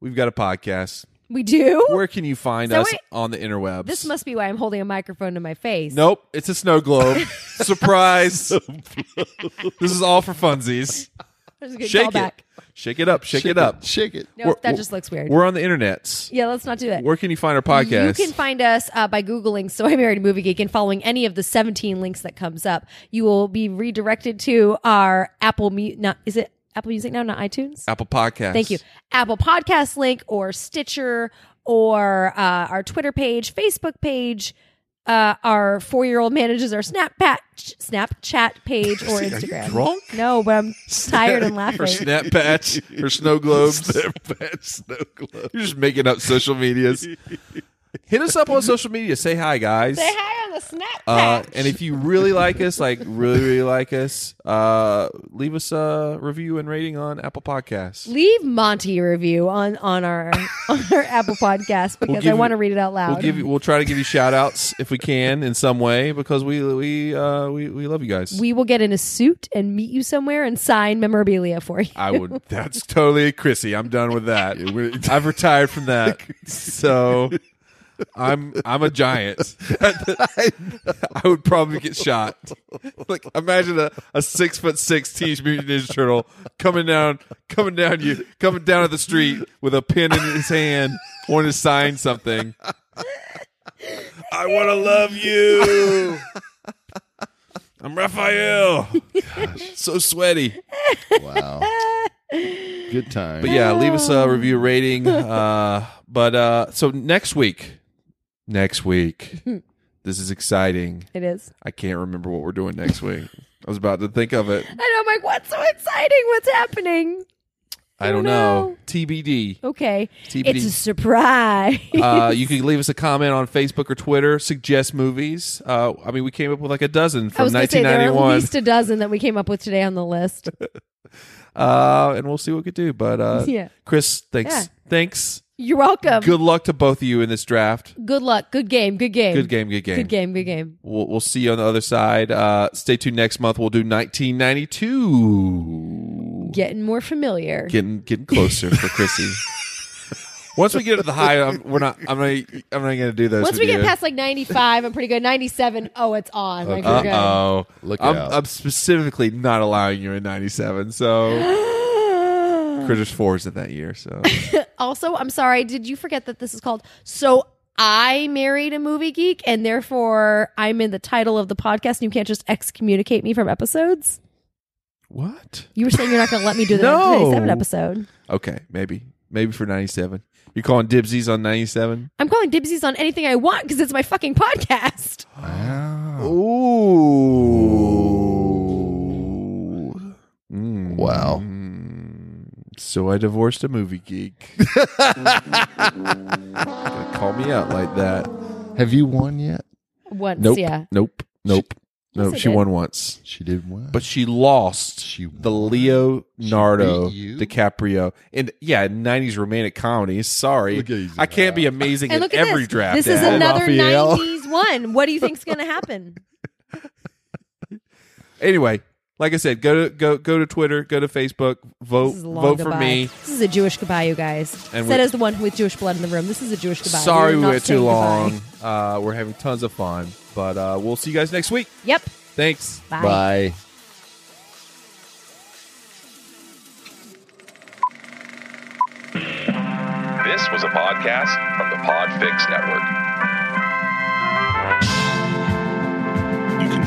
S3: we've got a podcast.
S1: we do.
S3: Where can you find
S1: So
S3: us
S1: wait,
S3: on the interwebs?
S1: this must be why I'm holding a microphone to my face.
S3: Nope, it's a snow globe. Surprise! this is all for funsies.
S1: There's a good
S3: Shake
S1: callback.
S3: it, shake it up, shake, it up.
S2: Shake it.
S1: No,
S3: We're-
S1: that just looks weird.
S3: We're on the internets.
S1: Yeah, let's not do that.
S3: Where can you find our podcast?
S1: You can find us uh, by Googling So I Married a Movie Geek and following any of the 17 links that comes up. You will be redirected to our Apple Mu- not Is it Apple Music now, not iTunes?
S3: Apple Podcasts.
S1: Thank you. Apple Podcast link or Stitcher or uh, our Twitter page, Facebook page. Uh, our four year old manages our Snapchat, Snapchat page or Instagram.
S3: drunk?
S1: No, but I'm tired and laughing.
S3: Or Snap Patch or Snow Globes.
S2: Bad snow globe.
S3: You're just making up social medias. Hit us up on social media. Say hi, guys.
S1: Say hi on the Snap
S3: Uh,
S1: Patch.
S3: and if you really like us, like really, really like us, uh, leave us a review and rating on Apple Podcasts.
S1: leave Monty a review on on our on our Apple podcast because
S3: give
S1: I want to
S3: you-
S1: read it out loud.
S3: We'll give you, we'll try to give you shout outs if we can in some way because we we uh, we, we love you guys.
S1: we will get in a suit and meet you somewhere and sign memorabilia for you.
S3: I would. That's totally Chrissy. I'm done with that. I've retired from that. So I'm I'm a giant. I would probably get shot. Like imagine a, a six foot six Teenage Mutant Ninja Turtle coming down, coming down you, coming down at the street with a pen in his hand, wanting to sign something. I want to love you. I'm Raphael. So sweaty.
S2: Wow. Good time.
S3: But yeah, leave us a review rating. Uh, but uh, so next week, next week, this is exciting.
S1: It is.
S3: I can't remember what we're doing next week. I was about to think of it.
S1: I know. I'm like, what's so exciting? What's happening?
S3: I
S1: don't
S3: don't know.
S1: know.
S3: TBD.
S1: Okay,
S3: TBD.
S1: it's a surprise.
S3: Uh, you can leave us a comment on Facebook or Twitter. Suggest movies. Uh, I mean, we came up with like a dozen
S1: I
S3: from
S1: was going to say there are at
S3: 1991,
S1: least a dozen that we came up with today on the list.
S3: uh, and we'll see what we could do. But uh,
S1: Yeah.
S3: Chris, thanks,
S1: Yeah. Um,
S3: thanks.
S1: You're welcome.
S3: Good luck to both of you in this draft.
S1: Good luck. Good game. Good game.
S3: Good game. Good game.
S1: Good game. Good game.
S3: we'll, we'll see you on the other side. Uh, stay tuned next month. We'll do 1992.
S1: Getting more familiar.
S3: Getting getting closer for Chrissy. Once we get to the high, I'm, we're not. I'm not. I'm not going to do those.
S1: Once
S3: with
S1: we get
S3: you.
S1: past like 95, I'm pretty good. 97, oh, it's on. Like we're good.
S3: Uh-oh.
S2: Look
S3: I'm,
S2: out.
S3: I'm specifically not allowing you in 97. So Critters 4 is in that year. So
S1: Also, I'm sorry, did you forget that this is called So I Married a Movie Geek and therefore I'm in the title of the podcast and you can't just excommunicate me from episodes?
S3: what?
S1: You were saying you're not going to let me do the
S3: No.
S1: 1997 episode.
S3: Okay, maybe. Maybe for 97. You're calling dibsies on 97?
S1: I'm calling dibsies on
S3: Ah.
S1: anything I want because it's my fucking podcast.
S3: Ooh.
S2: Wow.
S3: Mm. So I divorced a movie geek. Gonna call me out like that.
S2: Have you won yet?
S1: Once,
S3: Nope.
S1: yeah.
S3: Nope. Nope. nope.
S1: I
S3: She
S1: did.
S3: won once.
S2: She did win.
S3: But she lost
S2: She
S3: the Leonardo
S2: She beat you?
S3: DiCaprio. And yeah, 90s romantic comedies. Sorry.
S2: Look at you.
S3: I can't be amazing
S1: And
S3: in
S1: look at
S3: every
S1: this.
S3: draft.
S1: This is
S3: Dad.
S1: another
S2: Raphael.
S1: 90s one. What do you think's going to happen?
S3: Anyway, like I said, go to go go to Twitter, go to Facebook, vote
S1: This is a long
S3: vote for
S1: goodbye.
S3: me.
S1: This is a Jewish goodbye, you guys.
S3: And
S1: Said
S3: we-
S1: as the one with Jewish blood in the room. This is a Jewish goodbye.
S3: Sorry
S1: are
S3: we
S1: not
S3: went too
S1: saying goodbye.
S3: long. Uh, we're having tons of fun, but uh, we'll see you guys next week.
S1: Yep.
S3: Thanks.
S1: Bye.
S2: Bye.
S10: This was a podcast from the Podfix Network. You can